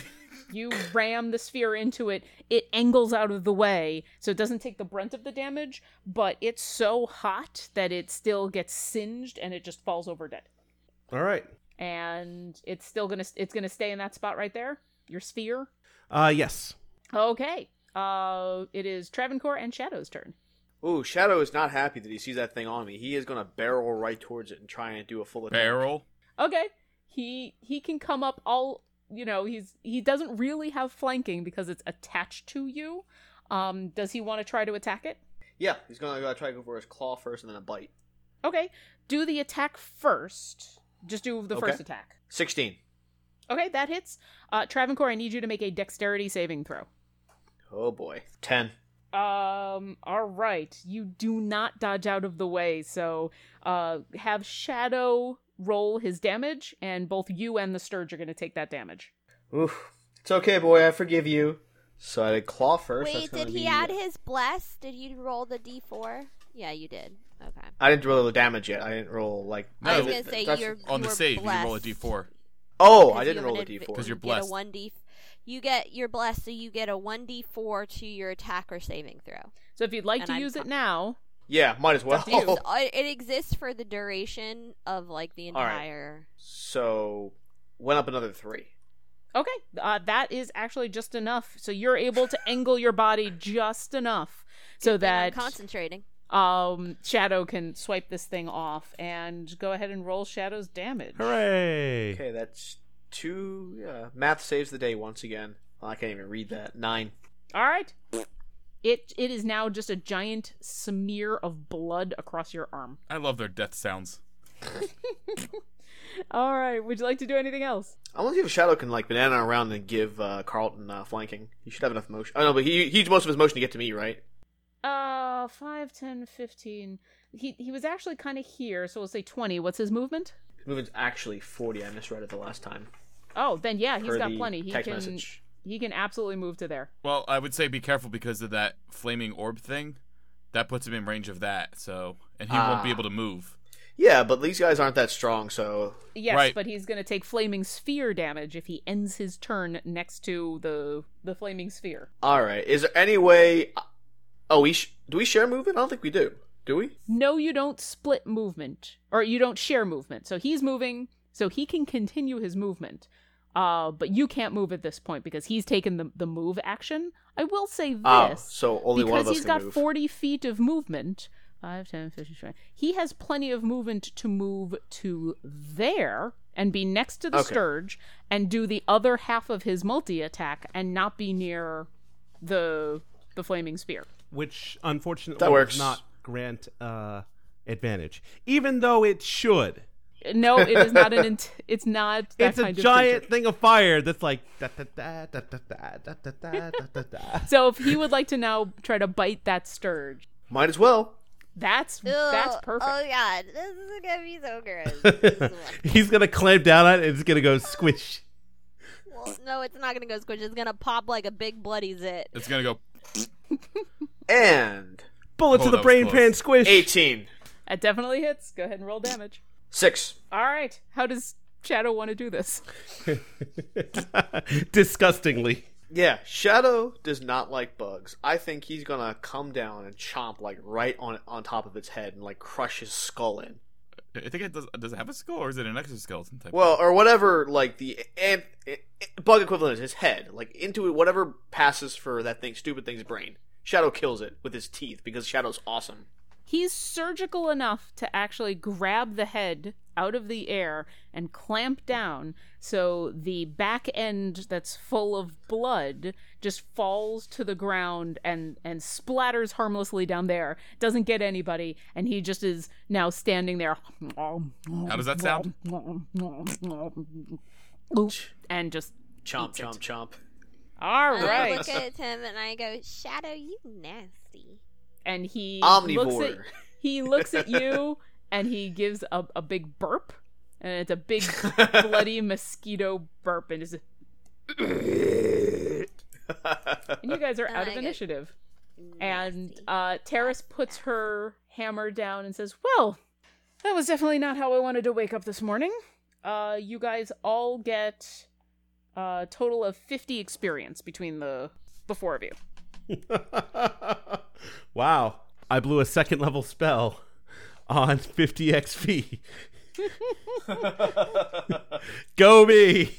Speaker 6: You ram the sphere into it. It angles out of the way, so it doesn't take the brunt of the damage, but it's so hot that it still gets singed and it just falls over dead.
Speaker 2: All right.
Speaker 6: and it's still gonna it's gonna stay in that spot right there. Your sphere.
Speaker 2: Uh, yes.
Speaker 6: Okay. Uh, it is Travancore and Shadow's turn.
Speaker 5: Ooh, Shadow is not happy that he sees that thing on me. He is going to barrel right towards it and try and do a full attack.
Speaker 4: Barrel.
Speaker 6: Okay. He he can come up all you know, he's he doesn't really have flanking because it's attached to you. Um does he want to try to attack it?
Speaker 5: Yeah, he's going to try to go for his claw first and then a bite.
Speaker 6: Okay. Do the attack first. Just do the
Speaker 5: Okay.
Speaker 6: first attack.
Speaker 5: 16.
Speaker 6: Okay, that hits. Uh Travancore, I need you to make a dexterity saving throw.
Speaker 5: Oh boy. 10.
Speaker 6: Um, all right. You do not dodge out of the way, so uh have Shadow roll his damage and both you and the Sturge are going to take that damage.
Speaker 5: Oof. It's okay, boy. I forgive you. So I did claw first. That's
Speaker 3: Wait,
Speaker 5: gonna
Speaker 3: did he
Speaker 5: be-
Speaker 3: add his bless? Did you roll the d4? Yeah, you did. Okay.
Speaker 5: I didn't roll the damage yet. I didn't roll like.
Speaker 4: No,
Speaker 3: I was
Speaker 4: th-
Speaker 3: gonna say
Speaker 5: that's-
Speaker 3: you're
Speaker 4: On the
Speaker 3: you're
Speaker 4: save, you roll a
Speaker 3: blessed.
Speaker 4: d4.
Speaker 5: Oh,
Speaker 3: 'Cause
Speaker 5: I
Speaker 3: you
Speaker 5: didn't
Speaker 3: have
Speaker 5: roll the
Speaker 3: an adv-
Speaker 5: d4.
Speaker 4: Because you're
Speaker 3: you Get
Speaker 4: blessed.
Speaker 3: a one d. You get your blessed, so you get a one d4 to your attack or saving throw.
Speaker 6: So if you'd like
Speaker 3: And
Speaker 6: to
Speaker 3: I'm
Speaker 6: use it
Speaker 3: fine.
Speaker 6: now,
Speaker 5: Yeah, might as well.
Speaker 3: It's- uh, it exists for the duration of like the
Speaker 5: All right.
Speaker 3: entire.
Speaker 5: so went up another three.
Speaker 6: Okay, uh, that is actually just enough. So you're able to angle your body just enough so
Speaker 3: thing I'm
Speaker 6: that
Speaker 3: concentrating.
Speaker 6: um, Shadow can swipe this thing off and go ahead and roll Shadow's damage.
Speaker 2: Hooray!
Speaker 5: Okay, that's two. Yeah. Math saves the day once again. Well, I can't even read that. Nine.
Speaker 6: All right. It it is now just a giant smear of blood across your arm.
Speaker 4: I love their death sounds.
Speaker 6: All right. Would you like to do anything else?
Speaker 5: I want to see if Shadow can like banana around and give uh, Carlton uh, flanking. He should have enough motion. I know, but he he used most of his motion to get to me, right?
Speaker 6: Uh, 5, 10, 15. He he was actually kind of here, so we'll say 20. What's his movement?
Speaker 5: His movement's actually forty. I misread it the last time.
Speaker 6: Oh, then yeah, he's
Speaker 5: per
Speaker 6: got
Speaker 5: the
Speaker 6: plenty. He
Speaker 5: text
Speaker 6: can
Speaker 5: message.
Speaker 6: he can absolutely move to there.
Speaker 4: Well, I would say be careful because of that flaming orb thing. That puts him in range of that, so and he won't be
Speaker 5: Ah.
Speaker 4: able to move.
Speaker 5: Yeah, but these guys aren't that strong, so
Speaker 6: Yes,
Speaker 4: Right.
Speaker 6: but he's going to take flaming sphere damage if he ends his turn next to the the flaming sphere.
Speaker 5: all right. Is there any way? Oh, we sh- do we share movement? I don't think we do. Do we?
Speaker 6: No, you don't split movement or you don't share movement. So he's moving, so he can continue his movement. Uh, but you can't move at this point because he's taken the the move action. I will say this.
Speaker 5: Oh, so only
Speaker 6: because
Speaker 5: one of us
Speaker 6: he's
Speaker 5: can
Speaker 6: got
Speaker 5: move.
Speaker 6: 40 feet of movement 5 10 15 20. he has plenty of movement to move to there and be next to the
Speaker 5: Okay.
Speaker 6: sturge and do the other half of his multi attack and not be near the the flaming spear
Speaker 2: Which unfortunately
Speaker 5: That works.
Speaker 2: does not grant uh, advantage, even though it should.
Speaker 6: no it is not an int- it's not that
Speaker 2: it's a
Speaker 6: kind of
Speaker 2: giant
Speaker 6: creature.
Speaker 2: thing of fire that's like da da da da da da da da da da da da.
Speaker 6: so if he would like to now try to bite that sturge
Speaker 5: Might as well.
Speaker 6: that's that's
Speaker 3: Ew.
Speaker 6: perfect
Speaker 3: Oh god, this is gonna be so gross. This is what-
Speaker 2: He's gonna clamp down on it and it's gonna go squish.
Speaker 3: well, no, it's not gonna go squish. It's gonna pop like a big bloody zit.
Speaker 4: It's gonna go.
Speaker 5: And
Speaker 2: Bullet
Speaker 4: Oh,
Speaker 2: to the
Speaker 4: that was
Speaker 2: brain
Speaker 4: close.
Speaker 2: pan squish.
Speaker 5: eighteen.
Speaker 6: that definitely hits go ahead and roll damage
Speaker 5: Six.
Speaker 6: all right how does shadow want to do this
Speaker 2: Disgustingly.
Speaker 5: Yeah, Shadow does not like bugs. I think he's gonna come down and chomp like right on on top of its head and like crush his skull in.
Speaker 4: I think it does. Does it have a skull or is it an exoskeleton type?
Speaker 5: Well, or whatever like the ant, bug equivalent is his head, like into whatever passes for that thing, stupid thing's brain. Shadow kills it with his teeth because Shadow's awesome.
Speaker 6: He's surgical enough to actually grab the head out of the air and clamp down so the back end that's full of blood just falls to the ground and and splatters harmlessly down there doesn't get anybody and he just is now standing there
Speaker 4: How does that sound?
Speaker 6: Oop, and just
Speaker 5: Chomp,
Speaker 6: Eats it.
Speaker 5: chomp, chomp.
Speaker 6: all
Speaker 3: I
Speaker 6: right
Speaker 3: look at him and I go, Shadow, you nasty.
Speaker 6: and he looks at
Speaker 5: Omnivore.
Speaker 6: he looks at you and he gives a, a big burp and it's a big bloody mosquito burp and, just, and you guys are
Speaker 3: I like
Speaker 6: out of
Speaker 3: it.
Speaker 6: initiative and uh terrace puts her hammer down and says well that was definitely not how i wanted to wake up this morning uh you guys all get uh, a total of 50 experience between the the four of you
Speaker 2: wow. I blew a second level spell on 50 XP. Go me.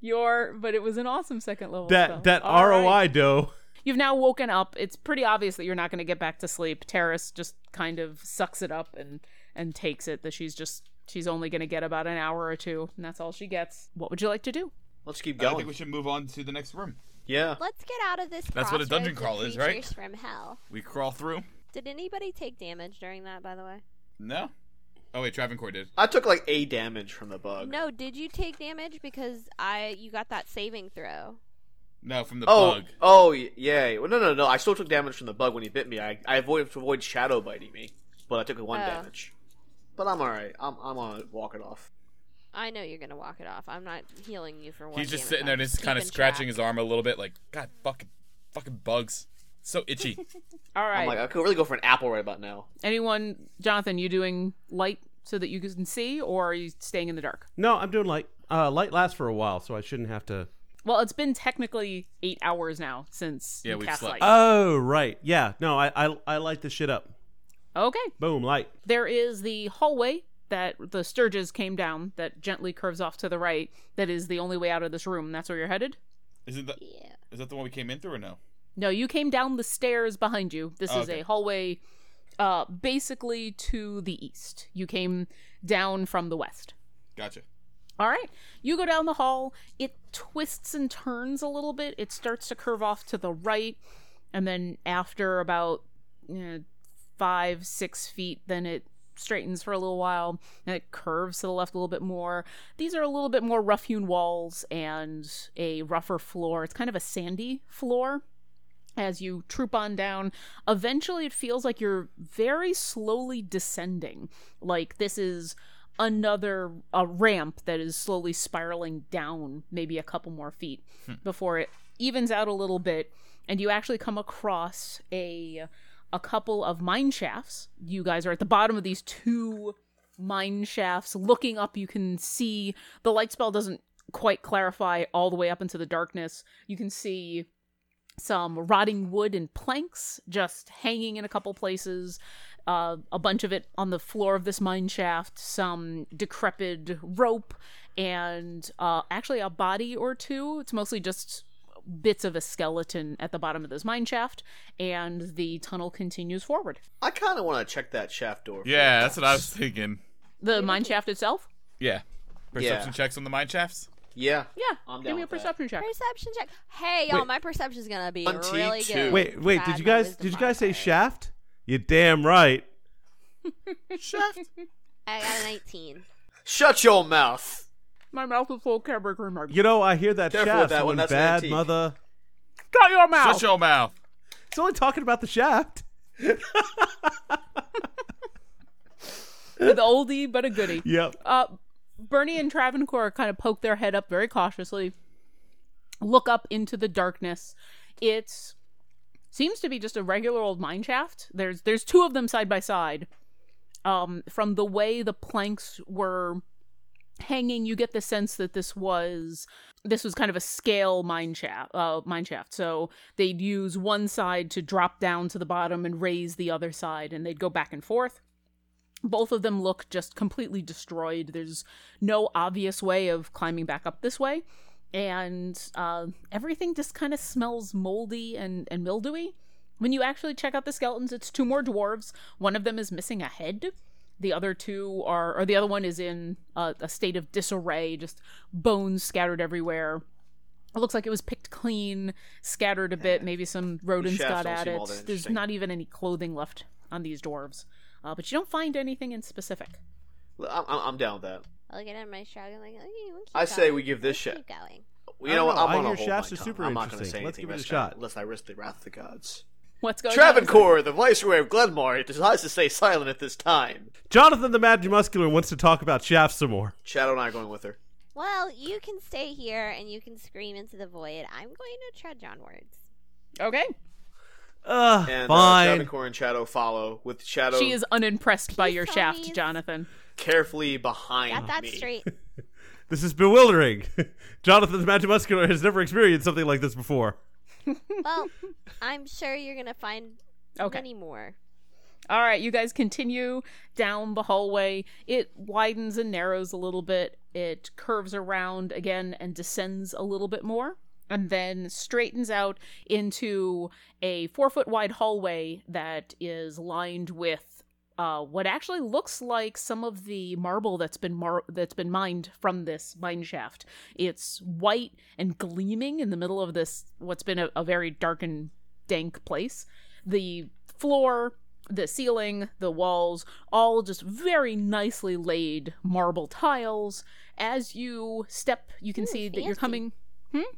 Speaker 6: Your, but it was an awesome second level. spell.
Speaker 2: That that
Speaker 6: All right.
Speaker 2: ROI dough.
Speaker 6: You've now woken up. It's pretty obvious that you're not going to get back to sleep. Terrace just kind of sucks it up and and takes it that she's just she's only going to get about an hour or two, and that's all she gets. What would you like to do?
Speaker 5: Let's keep
Speaker 4: I
Speaker 5: going.
Speaker 4: think we should move on to the next room.
Speaker 5: Yeah.
Speaker 3: Let's get out of this.
Speaker 4: That's what a dungeon
Speaker 3: crossroads
Speaker 4: crawl
Speaker 3: of
Speaker 4: is, right?
Speaker 3: creatures From hell.
Speaker 4: We crawl through.
Speaker 3: Did anybody take damage during that? By the way.
Speaker 4: No. Oh wait, Travancore did.
Speaker 5: I took like a damage from the bug.
Speaker 3: No, did you take damage because I you got that saving throw?
Speaker 4: No, from the
Speaker 5: Oh,
Speaker 4: bug.
Speaker 5: oh, y- yeah. Well, no, no, no. I still took damage from the bug when he bit me. I, I avoided to avoid shadow biting me, but I took one
Speaker 3: Oh.
Speaker 5: damage. But I'm all right. I'm, I'm gonna walk it off.
Speaker 3: I know you're gonna walk it off. I'm not healing you for one.
Speaker 4: He's just
Speaker 3: damage.
Speaker 4: sitting there,
Speaker 3: I'm
Speaker 4: just kind of
Speaker 3: keeping
Speaker 4: scratching
Speaker 3: track.
Speaker 4: his arm a little bit, like God, fucking, fucking bugs, so itchy.
Speaker 6: All right.
Speaker 5: I'm like, I could really go for an apple right about now.
Speaker 6: Anyone, Jonathan, you doing light so that you can see, or are you staying in the dark?
Speaker 2: No, I'm doing light. Uh, light lasts for a while, so I shouldn't have to.
Speaker 6: Well, it's been technically eight hours now since
Speaker 4: Yeah,
Speaker 6: you
Speaker 4: we've
Speaker 6: cast
Speaker 4: slept.
Speaker 6: light.
Speaker 2: Oh right, yeah. No, I I, I light this shit up.
Speaker 6: okay.
Speaker 2: Boom, light.
Speaker 6: There is the hallway that the Sturges came down that gently curves off to the right. That is the only way out of this room. That's where you're headed.
Speaker 4: Isn't that
Speaker 3: Yeah.
Speaker 4: is that the one we came in through or no?
Speaker 6: No, you came down the stairs behind you. This
Speaker 4: Oh,
Speaker 6: is
Speaker 4: okay.
Speaker 6: a hallway uh basically to the east. You came down from the west.
Speaker 4: Gotcha.
Speaker 6: All right. You go down the hall. It twists and turns a little bit. It starts to curve off to the right. And then after about you know, five, six feet, then it straightens for a little while. And it curves to the left a little bit more. These are a little bit more rough hewn walls and a rougher floor. It's kind of a sandy floor as you troop on down. Eventually, it feels like you're very slowly descending. Like this is another a ramp that is slowly spiraling down maybe a couple more feet before it evens out a little bit and you actually come across a a couple of mine shafts you guys are at the bottom of these two mine shafts looking up you can see the light spell doesn't quite clarify all the way up into the darkness you can see some rotting wood and planks just hanging in a couple places uh, a bunch of it on the floor of this mine shaft some decrepit rope and uh, actually a body or two it's mostly just bits of a skeleton at the bottom of this mine shaft and the tunnel continues forward
Speaker 5: I kind of want to check that shaft door.
Speaker 4: Yeah, that's what I was thinking.
Speaker 6: the mine shaft itself
Speaker 4: Yeah. Perception
Speaker 5: Yeah.
Speaker 4: checks on the mine shafts.
Speaker 5: Yeah.
Speaker 6: yeah
Speaker 5: I'm
Speaker 6: give
Speaker 5: down
Speaker 6: me a
Speaker 5: with that.
Speaker 6: perception check
Speaker 3: Perception check. Hey y'all,
Speaker 2: Wait.
Speaker 3: my perception's gonna be
Speaker 5: One T,
Speaker 3: really
Speaker 5: two.
Speaker 3: good.
Speaker 2: Wait, wait.
Speaker 3: Bad,
Speaker 2: Did you
Speaker 3: my
Speaker 2: guys
Speaker 3: wisdom
Speaker 2: did you guys say
Speaker 3: modifier.
Speaker 2: shaft? You damn right.
Speaker 4: Shaft.
Speaker 3: I got a 19.
Speaker 5: Shut your mouth.
Speaker 6: my mouth is full of Kerberik remarks
Speaker 2: You know I hear that
Speaker 5: Careful with
Speaker 2: shaft.
Speaker 5: that
Speaker 2: so
Speaker 5: one,
Speaker 2: when
Speaker 5: that's an
Speaker 2: bad
Speaker 5: antique.
Speaker 2: mother.
Speaker 6: shut your mouth
Speaker 4: Shut your mouth.
Speaker 2: It's only talking about the shaft.
Speaker 6: the oldie but a goodie
Speaker 2: Yep.
Speaker 6: uh, Bernie and Travancore kind of poke their head up very cautiously, look up into the darkness. It seems to be just a regular old mine shaft. There's there's two of them side by side. Um, from the way the planks were hanging, you get the sense that this was this was kind of a scale mine shaft. Uh, mine shaft. So they'd use one side to drop down to the bottom and raise the other side, and they'd go back and forth both of them look just completely destroyed. There's no obvious way of climbing back up this way. And uh, everything just kind of smells moldy and, and mildewy. When you actually check out the skeletons, it's two more dwarves. One of them is missing a head. The other two are, or the other one is in a, a state of disarray, just bones scattered everywhere. It looks like it was picked clean, scattered a bit. Maybe some rodents
Speaker 5: shafts
Speaker 6: got
Speaker 5: don't
Speaker 6: at
Speaker 5: seem all
Speaker 6: it.
Speaker 5: that
Speaker 6: There's
Speaker 5: interesting.
Speaker 6: not even any clothing left on these dwarves uh, but you don't find anything in specific.
Speaker 5: Well, I'm, I'm I'm down with that.
Speaker 3: I'll get in my shrug. I'm like, oh, you keep
Speaker 5: I say
Speaker 3: going.
Speaker 5: we give this
Speaker 3: You
Speaker 5: shit.
Speaker 3: Keep going.
Speaker 2: I
Speaker 5: You know
Speaker 2: don't
Speaker 5: what?
Speaker 2: know.
Speaker 5: I'm
Speaker 2: I
Speaker 5: gonna
Speaker 2: hear
Speaker 5: hold
Speaker 2: shafts
Speaker 5: my
Speaker 2: are
Speaker 5: tongue.
Speaker 2: super
Speaker 5: I'm not gonna say
Speaker 2: interesting. Let's
Speaker 5: anything
Speaker 2: give it a
Speaker 5: risk-
Speaker 2: shot.
Speaker 5: unless I risk the wrath of the gods.
Speaker 6: What's going on?
Speaker 5: Travancore, the Viceroy of Glenmore, decides to stay silent at this time.
Speaker 2: Jonathan the Mad Muscular wants to talk about shafts some more.
Speaker 5: Shadow and I are going with her.
Speaker 3: Well, you can stay here and you can scream into the void. I'm going to trudge onwards.
Speaker 6: Okay,
Speaker 2: Ugh.
Speaker 5: And uh,
Speaker 2: fine.
Speaker 5: Travancore and Shadow follow, with Shadow
Speaker 6: she is unimpressed by your
Speaker 3: Peace,
Speaker 6: shaft,
Speaker 3: homies.
Speaker 6: Jonathan.
Speaker 5: carefully
Speaker 3: Got
Speaker 5: behind
Speaker 3: that
Speaker 5: me.
Speaker 3: straight.
Speaker 2: This is bewildering. Jonathan the Mad Muscular has never experienced something like this before.
Speaker 3: well, I'm sure you're gonna find
Speaker 6: Okay,
Speaker 3: many more.
Speaker 6: All right, you guys continue down the hallway. It widens and narrows a little bit. It curves around again and descends a little bit more, and then straightens out into a four foot wide hallway that is lined with uh, what actually looks like some of the marble that's been mar- that's been mined from this mine shaft. It's white and gleaming in the middle of this what's been a, a very dark and dank place. The floor, the ceiling, the walls, all just very nicely laid marble tiles. As you step, you can
Speaker 3: Ooh,
Speaker 6: see that you're
Speaker 3: fancy.
Speaker 6: coming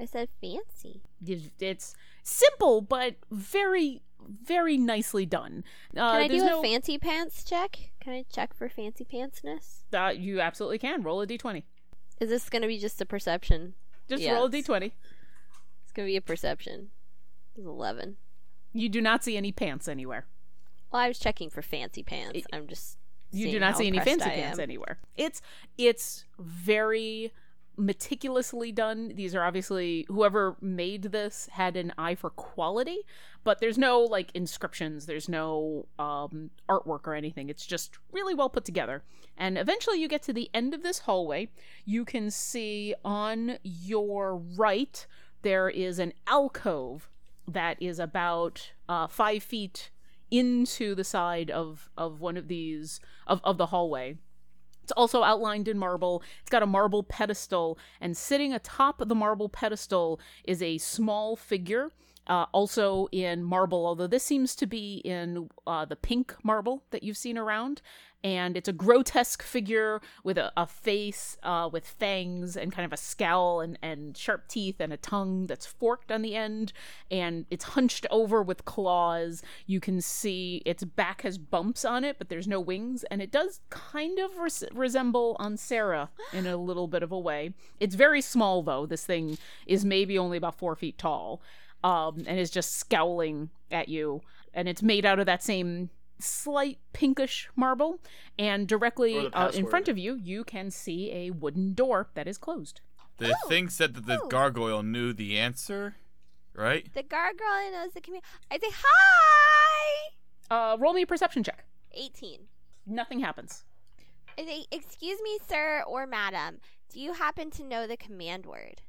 Speaker 3: I said fancy.
Speaker 6: it's- it's simple but very very nicely done uh,
Speaker 3: Can I
Speaker 6: there's
Speaker 3: do
Speaker 6: no-
Speaker 3: a fancy pants check? Can I check for fancy pantsness?
Speaker 6: uh, you absolutely can roll a d20
Speaker 3: Is this gonna be just a perception?
Speaker 6: just
Speaker 3: Yeah,
Speaker 6: roll a
Speaker 3: it's-
Speaker 6: d20
Speaker 3: It's gonna be a perception. It's eleven.
Speaker 6: you do not see any pants anywhere
Speaker 3: Well, I was checking for fancy pants. I'm just.
Speaker 6: you do
Speaker 3: seeing
Speaker 6: not
Speaker 3: how
Speaker 6: see any
Speaker 3: impressed
Speaker 6: fancy
Speaker 3: I
Speaker 6: pants
Speaker 3: am.
Speaker 6: anywhere it's it's very meticulously done these are obviously whoever made this had an eye for quality but there's no like inscriptions there's no um artwork or anything it's just really well put together and eventually you get to the end of this hallway you can see on your right there is an alcove that is about uh, five feet into the side of of one of these of of the hallway. It's also outlined in marble. It's got a marble pedestal, and sitting atop the marble pedestal is a small figure, uh, also in marble. Although this seems to be in uh, the pink marble that you've seen around, and it's a grotesque figure with a, a face uh, with fangs and kind of a scowl and, and sharp teeth and a tongue that's forked on the end and it's hunched over with claws you can see its back has bumps on it but there's no wings and it does kind of res- resemble on sarah in a little bit of a way it's very small though this thing is maybe only about four feet tall um, and is just scowling at you and it's made out of that same slight pinkish marble and
Speaker 5: Or
Speaker 6: directly
Speaker 5: the
Speaker 6: uh, in
Speaker 5: password.
Speaker 6: front of you you can see a wooden door that is closed
Speaker 4: The thing said that the gargoyle knew the answer, right?
Speaker 3: The gargoyle knows the community. I say hi.
Speaker 6: uh, roll me a perception check
Speaker 3: Eighteen.
Speaker 6: nothing happens
Speaker 3: I say, excuse me, sir or madam. Do you happen to know the command word?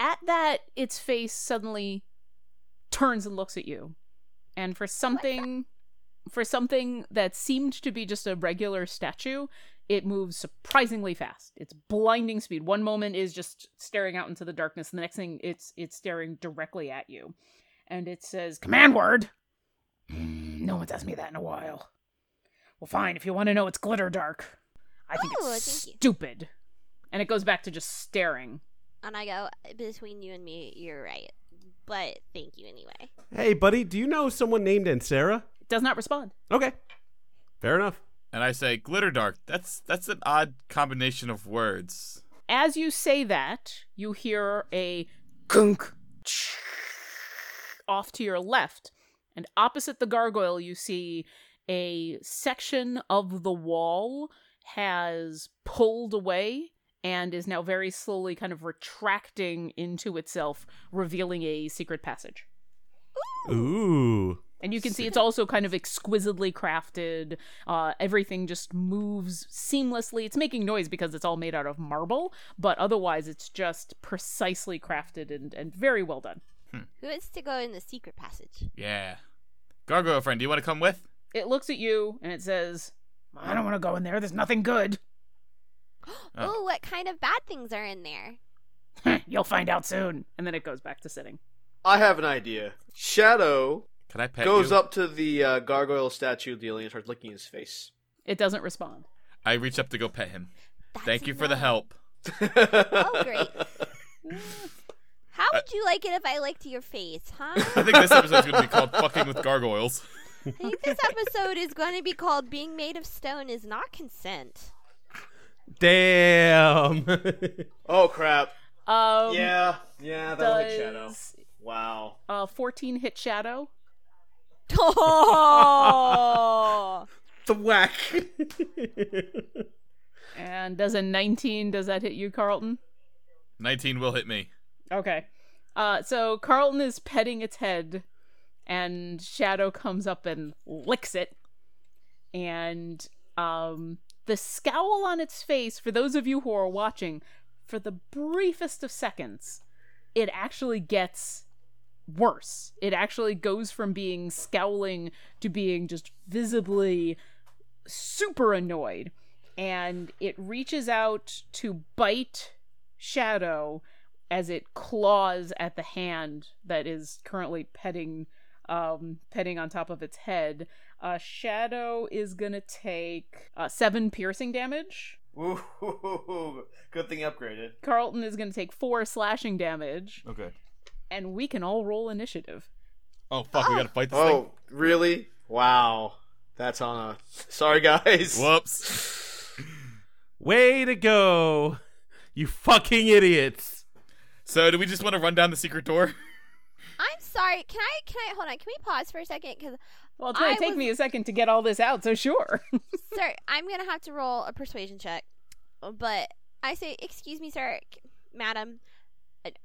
Speaker 6: at that its face suddenly turns and looks at you and
Speaker 3: Oh
Speaker 6: for something for something that seemed to be just a regular statue it moves surprisingly fast it's blinding speed one moment is just staring out into the darkness and the next thing it's it's staring directly at you and it says command word "Mm, no one's asked me that in a while well fine if you want to know it's glitter dark i think
Speaker 3: Oh,
Speaker 6: it's
Speaker 3: thank you.
Speaker 6: stupid and it goes back to just staring
Speaker 3: And I go between you and me. You're right, but thank you anyway.
Speaker 2: Hey, buddy, do you know someone named Ansara?
Speaker 6: it does not respond
Speaker 2: Okay, fair enough.
Speaker 4: And I say, glitter dark. That's that's an odd combination of words.
Speaker 6: As you say that, you hear a gunk off to your left, and opposite the gargoyle, you see a section of the wall has pulled away and is now very slowly kind of retracting into itself, revealing a secret passage.
Speaker 2: Ooh.
Speaker 6: And you can see it's also kind of exquisitely crafted. Uh, everything just moves seamlessly. It's making noise because it's all made out of marble, but otherwise it's just precisely crafted and, and very well done.
Speaker 3: Who wants to go in the secret passage?
Speaker 4: Yeah. Gargoyle friend, do you want to come with?
Speaker 6: It looks at you and it says, I don't want to go in there. There's nothing good.
Speaker 3: Oh, what kind of bad things are in there?
Speaker 6: You'll find out soon. And then it goes back to sitting.
Speaker 5: I have an idea. Shadow
Speaker 4: Can I pet
Speaker 5: goes
Speaker 4: you?
Speaker 5: up to the uh, gargoyle statue of the alien and starts licking his face.
Speaker 6: It doesn't respond.
Speaker 4: I reach up to go pet him.
Speaker 3: That's
Speaker 4: Thank you for the
Speaker 3: enough.
Speaker 4: help.
Speaker 3: Oh, great. How would you like it if I licked your face, huh?
Speaker 4: I think this episode's going to be called Fucking with Gargoyles.
Speaker 3: I think this episode is going to be called Being Made of Stone is Not Consent.
Speaker 2: Damn.
Speaker 5: Oh crap!
Speaker 6: Um,
Speaker 5: yeah, yeah, that was hit Shadow.
Speaker 6: does,
Speaker 5: Wow.
Speaker 6: uh, 14 hit shadow.
Speaker 3: Oh!
Speaker 2: the whack.
Speaker 6: And does a 19, does that hit you, Carlton?
Speaker 4: 19 will hit me.
Speaker 6: Okay. Uh, so Carlton is petting its head, and Shadow comes up and licks it. And um, the scowl on its face, for those of you who are watching, for the briefest of seconds, it actually gets worse. It actually goes from being scowling to being just visibly super annoyed. And it reaches out to bite Shadow as it claws at the hand that is currently petting um petting on top of its head uh shadow is gonna take uh seven piercing damage
Speaker 5: Ooh, good thing you upgraded.
Speaker 6: carlton is gonna take four slashing damage
Speaker 4: Okay.
Speaker 6: and we can all roll initiative
Speaker 4: Oh fuck, we gotta fight this
Speaker 5: Oh, really? Wow. That's on a. Sorry, guys.
Speaker 4: thing. Whoops.
Speaker 2: Way to go, you fucking idiots!
Speaker 4: So do we just want to run down the secret door?
Speaker 3: I'm sorry. Can I? Can I? Hold on. Can we pause for a second? Because
Speaker 6: well it's gonna
Speaker 3: I
Speaker 6: take
Speaker 3: was-
Speaker 6: me a second to get all this out so sure
Speaker 3: sir, I'm gonna have to roll a persuasion check. But I say, excuse me, sir, c- madam, it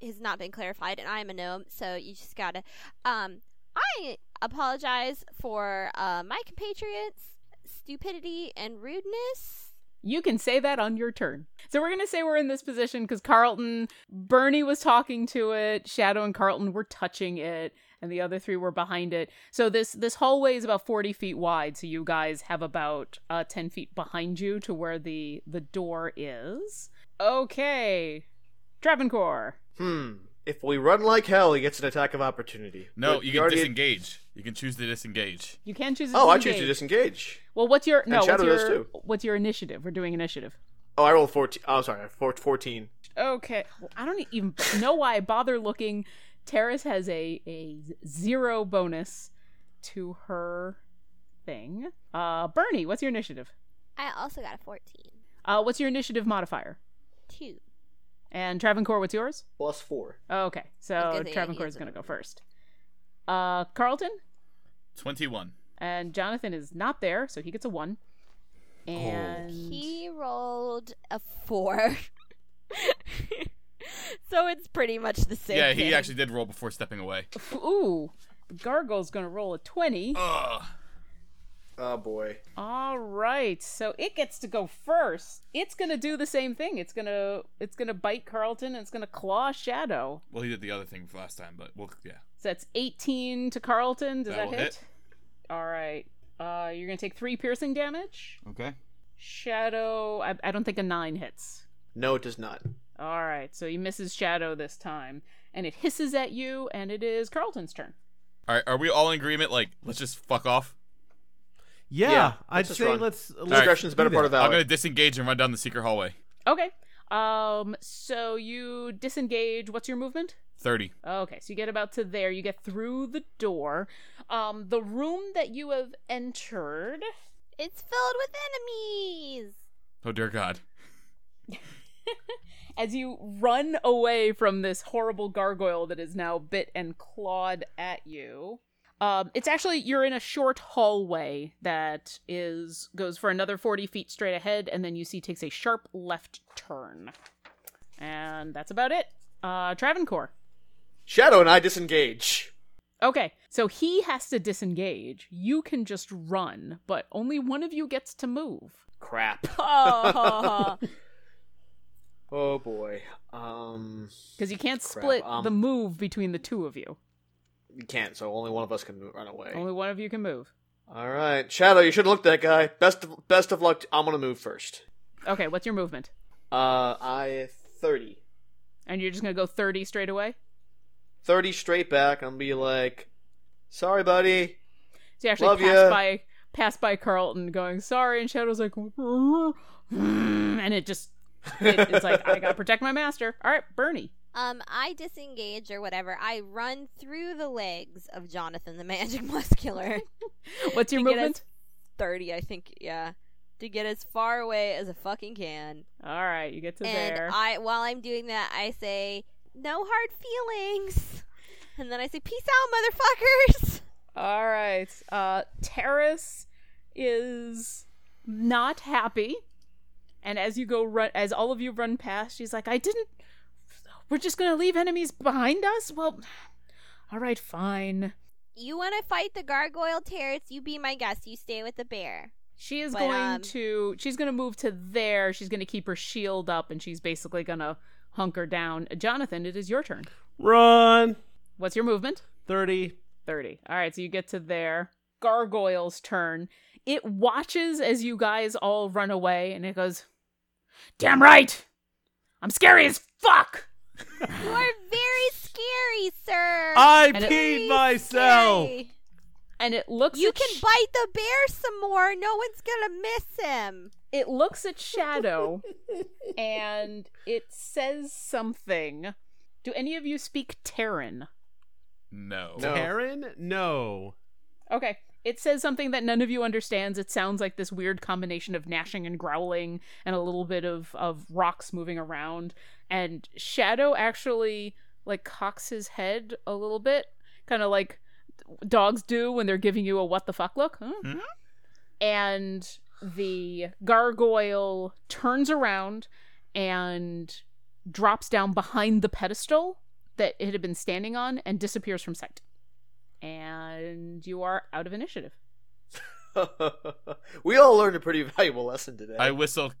Speaker 3: has not been clarified, and I am a gnome, so you just gotta. Um, I apologize for uh, my compatriots' stupidity and rudeness.
Speaker 6: You can say that on your turn. So we're going to say we're in this position because Carlton, Bernie was talking to it, Shadow and Carlton were touching it, and the other three were behind it. So this this hallway is about forty feet wide. So you guys have about uh, ten feet behind you to where the the door is. Okay, Travancore.
Speaker 5: Hmm. If we run like hell, he gets an attack of opportunity.
Speaker 4: No,
Speaker 5: But
Speaker 4: you can
Speaker 5: already-
Speaker 4: disengage. You can choose to disengage.
Speaker 6: You can choose. To
Speaker 5: Oh, I choose to
Speaker 6: disengage.
Speaker 5: disengage.
Speaker 6: Well, what's your no? What's
Speaker 5: Shadow does
Speaker 6: your
Speaker 5: too.
Speaker 6: what's your initiative? We're doing initiative.
Speaker 5: Oh, I rolled 14. Oh, sorry. I four- 14.
Speaker 6: Okay. Well, I don't e-, even know why I bother looking. Terrace has a, a zero bonus to her thing. Uh, Bernie, what's your initiative?
Speaker 3: I also got a 14.
Speaker 6: Uh, what's your initiative modifier?
Speaker 3: Two.
Speaker 6: And Travancore, what's yours?
Speaker 5: Plus four.
Speaker 6: Okay,
Speaker 3: was
Speaker 6: so
Speaker 3: gonna say, yeah,
Speaker 6: Travancore
Speaker 3: he
Speaker 6: is going to go
Speaker 3: doesn't-
Speaker 6: first. Uh, Carlton
Speaker 4: Twenty-one.
Speaker 6: and Jonathan is not there, so he gets a one. And
Speaker 3: He rolled a four. so it's pretty much the same.
Speaker 4: yeah, he
Speaker 3: thing.
Speaker 4: actually did roll before stepping away.
Speaker 6: ooh, Gargoyle's going to roll a twenty.
Speaker 4: Ugh.
Speaker 5: Oh, boy.
Speaker 6: All right, so it gets to go first. It's gonna do the same thing. It's gonna it's gonna bite Carlton and it's gonna claw Shadow.
Speaker 4: Well, he did the other thing last time, but we'll yeah.
Speaker 6: So that's eighteen to Carlton. Does
Speaker 4: That
Speaker 6: that,
Speaker 4: will
Speaker 6: hit?
Speaker 4: hit.
Speaker 6: All right. Uh, you're gonna take three piercing damage.
Speaker 4: Okay.
Speaker 6: Shadow, I, I don't think a nine hits.
Speaker 5: No, it does not.
Speaker 6: All right, so he misses Shadow this time, and it hisses at you, and it is Carlton's turn.
Speaker 4: All right. Are we all in agreement? Like, let's just fuck off.
Speaker 2: Yeah,
Speaker 5: Yeah,
Speaker 2: I'd
Speaker 5: let's just
Speaker 2: say
Speaker 5: run.
Speaker 2: let's. let's
Speaker 5: Discretion's
Speaker 2: do
Speaker 5: better part
Speaker 2: that.
Speaker 5: of
Speaker 4: I'm
Speaker 5: valor.
Speaker 4: gonna disengage and run down the secret hallway.
Speaker 6: Okay. Um, so you disengage. What's your movement?
Speaker 4: Thirty.
Speaker 6: Okay, so you get about to there. You get through the door. Um, the room that you have entered.
Speaker 3: It's filled with enemies.
Speaker 4: Oh dear God.
Speaker 6: As you run away from this horrible gargoyle that is now bit and clawed at you, um, it's actually you're in a short hallway that is goes for another forty feet straight ahead, and then you see takes a sharp left turn, and that's about it. Uh, Travancore.
Speaker 5: Shadow and I disengage.
Speaker 6: Okay, so he has to disengage. You can just run, but only one of you gets to move.
Speaker 5: Crap.
Speaker 7: Oh.
Speaker 5: Oh, boy. Um,
Speaker 6: Because you can't
Speaker 5: Crap,
Speaker 6: split
Speaker 5: um,
Speaker 6: the move between the two of you.
Speaker 5: you can't, so only one of us can mo- run away.
Speaker 6: Only one of you can move.
Speaker 5: All right. Shadow, you should look that guy. Best of, best of luck. i I'm going to move first.
Speaker 6: Okay, what's your movement?
Speaker 5: Uh, I 30.
Speaker 6: And you're just gonna go 30 straight away?
Speaker 5: 30 straight back and be like, sorry, buddy.
Speaker 6: So you actually
Speaker 5: Love
Speaker 6: pass
Speaker 5: ya.
Speaker 6: by pass by Carlton going, sorry, and Shadow's like and it just it- it's like, I gotta protect my master. Alright, Bernie.
Speaker 3: Um, I disengage or whatever. I run through the legs of Jonathan the Magic Muscular.
Speaker 6: What's your
Speaker 3: To get us-
Speaker 6: movement?
Speaker 7: Thirty, I think. Yeah,
Speaker 3: to get as far away as I fucking can.
Speaker 6: Alright, you get to
Speaker 3: and
Speaker 6: there.
Speaker 3: I while I'm doing that, I say, No hard feelings And then I say, Peace out, motherfuckers
Speaker 6: Alright. Uh Terrace is not happy. And as you go run as all of you run past, she's like, I didn't we're just gonna leave enemies behind us? Well all right, fine.
Speaker 3: You want to fight the gargoyle terrorists? You be my guest. You stay with the bear.
Speaker 6: She is
Speaker 3: But,
Speaker 6: going
Speaker 3: um,
Speaker 6: to she's going to move to there. She's going to keep her shield up and she's basically going to hunker down. Jonathan, it is your turn.
Speaker 2: Run.
Speaker 6: What's your movement?
Speaker 2: 30.
Speaker 6: 30. All right, so you get to there. Gargoyle's turn. It watches as you guys all run away and it goes, "Damn right. I'm scary as fuck."
Speaker 3: You are very scary, sir.
Speaker 2: I
Speaker 6: And
Speaker 2: peed
Speaker 6: it-
Speaker 3: Very
Speaker 2: myself.
Speaker 3: scary.
Speaker 6: And it looks
Speaker 3: You
Speaker 6: at
Speaker 3: can
Speaker 6: Sh-
Speaker 3: bite the bear some more. No one's gonna miss him.
Speaker 6: it looks at Shadow and it says something. Do any of you speak Terran?
Speaker 4: No.
Speaker 5: No.
Speaker 2: Karen? No.
Speaker 6: Okay. It says something that none of you understands. It sounds like this weird combination of gnashing and growling and a little bit of, of rocks moving around. And Shadow actually like cocks his head a little bit, kind of like dogs do when they're giving you a what the fuck look. Huh?
Speaker 4: Hmm?
Speaker 6: And the gargoyle turns around and drops down behind the pedestal that it had been standing on and disappears from sight and you are out of initiative.
Speaker 5: we all learned a pretty valuable lesson today.
Speaker 4: I whistle.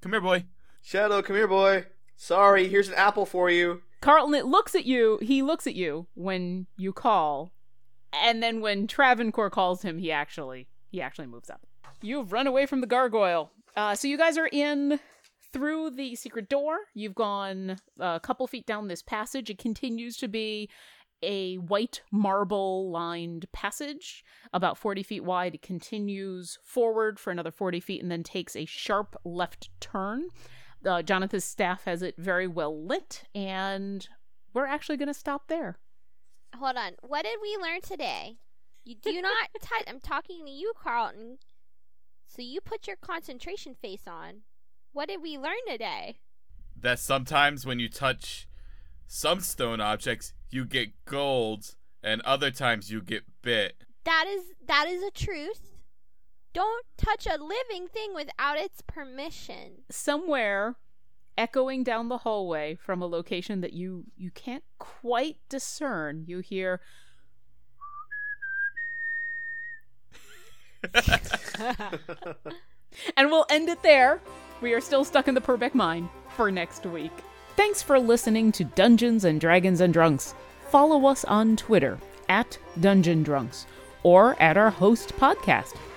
Speaker 4: Come here, boy.
Speaker 5: Shadow, come here, boy. Sorry, here's an apple for you.
Speaker 6: Carlton, it looks at you. He looks at you when you call, and then when Travancore calls him, he actually he actually moves up. You've run away from the gargoyle. Uh, so you guys are in through the secret door. You've gone a couple feet down this passage. It continues to be a white marble lined passage about 40 feet wide. It continues forward for another 40 feet and then takes a sharp left turn. uh, Jonathan's staff has it very well lit, and we're actually going to stop there.
Speaker 3: Hold on. What did we learn today? You do not touch. I'm talking to you, Carlton. So you put your concentration face on. What did we learn today?
Speaker 4: That sometimes when you touch some stone objects, you get gold, and other times you get bit.
Speaker 3: That is that is a truth. Don't touch a living thing without its permission.
Speaker 6: Somewhere echoing down the hallway from a location that you you can't quite discern, you hear And we'll end it there. We are still stuck in the Purbeck mine for next week. Thanks for listening to Dungeons and Dragons and Drunks. Follow us on Twitter at Dungeon Drunks or at our host podcast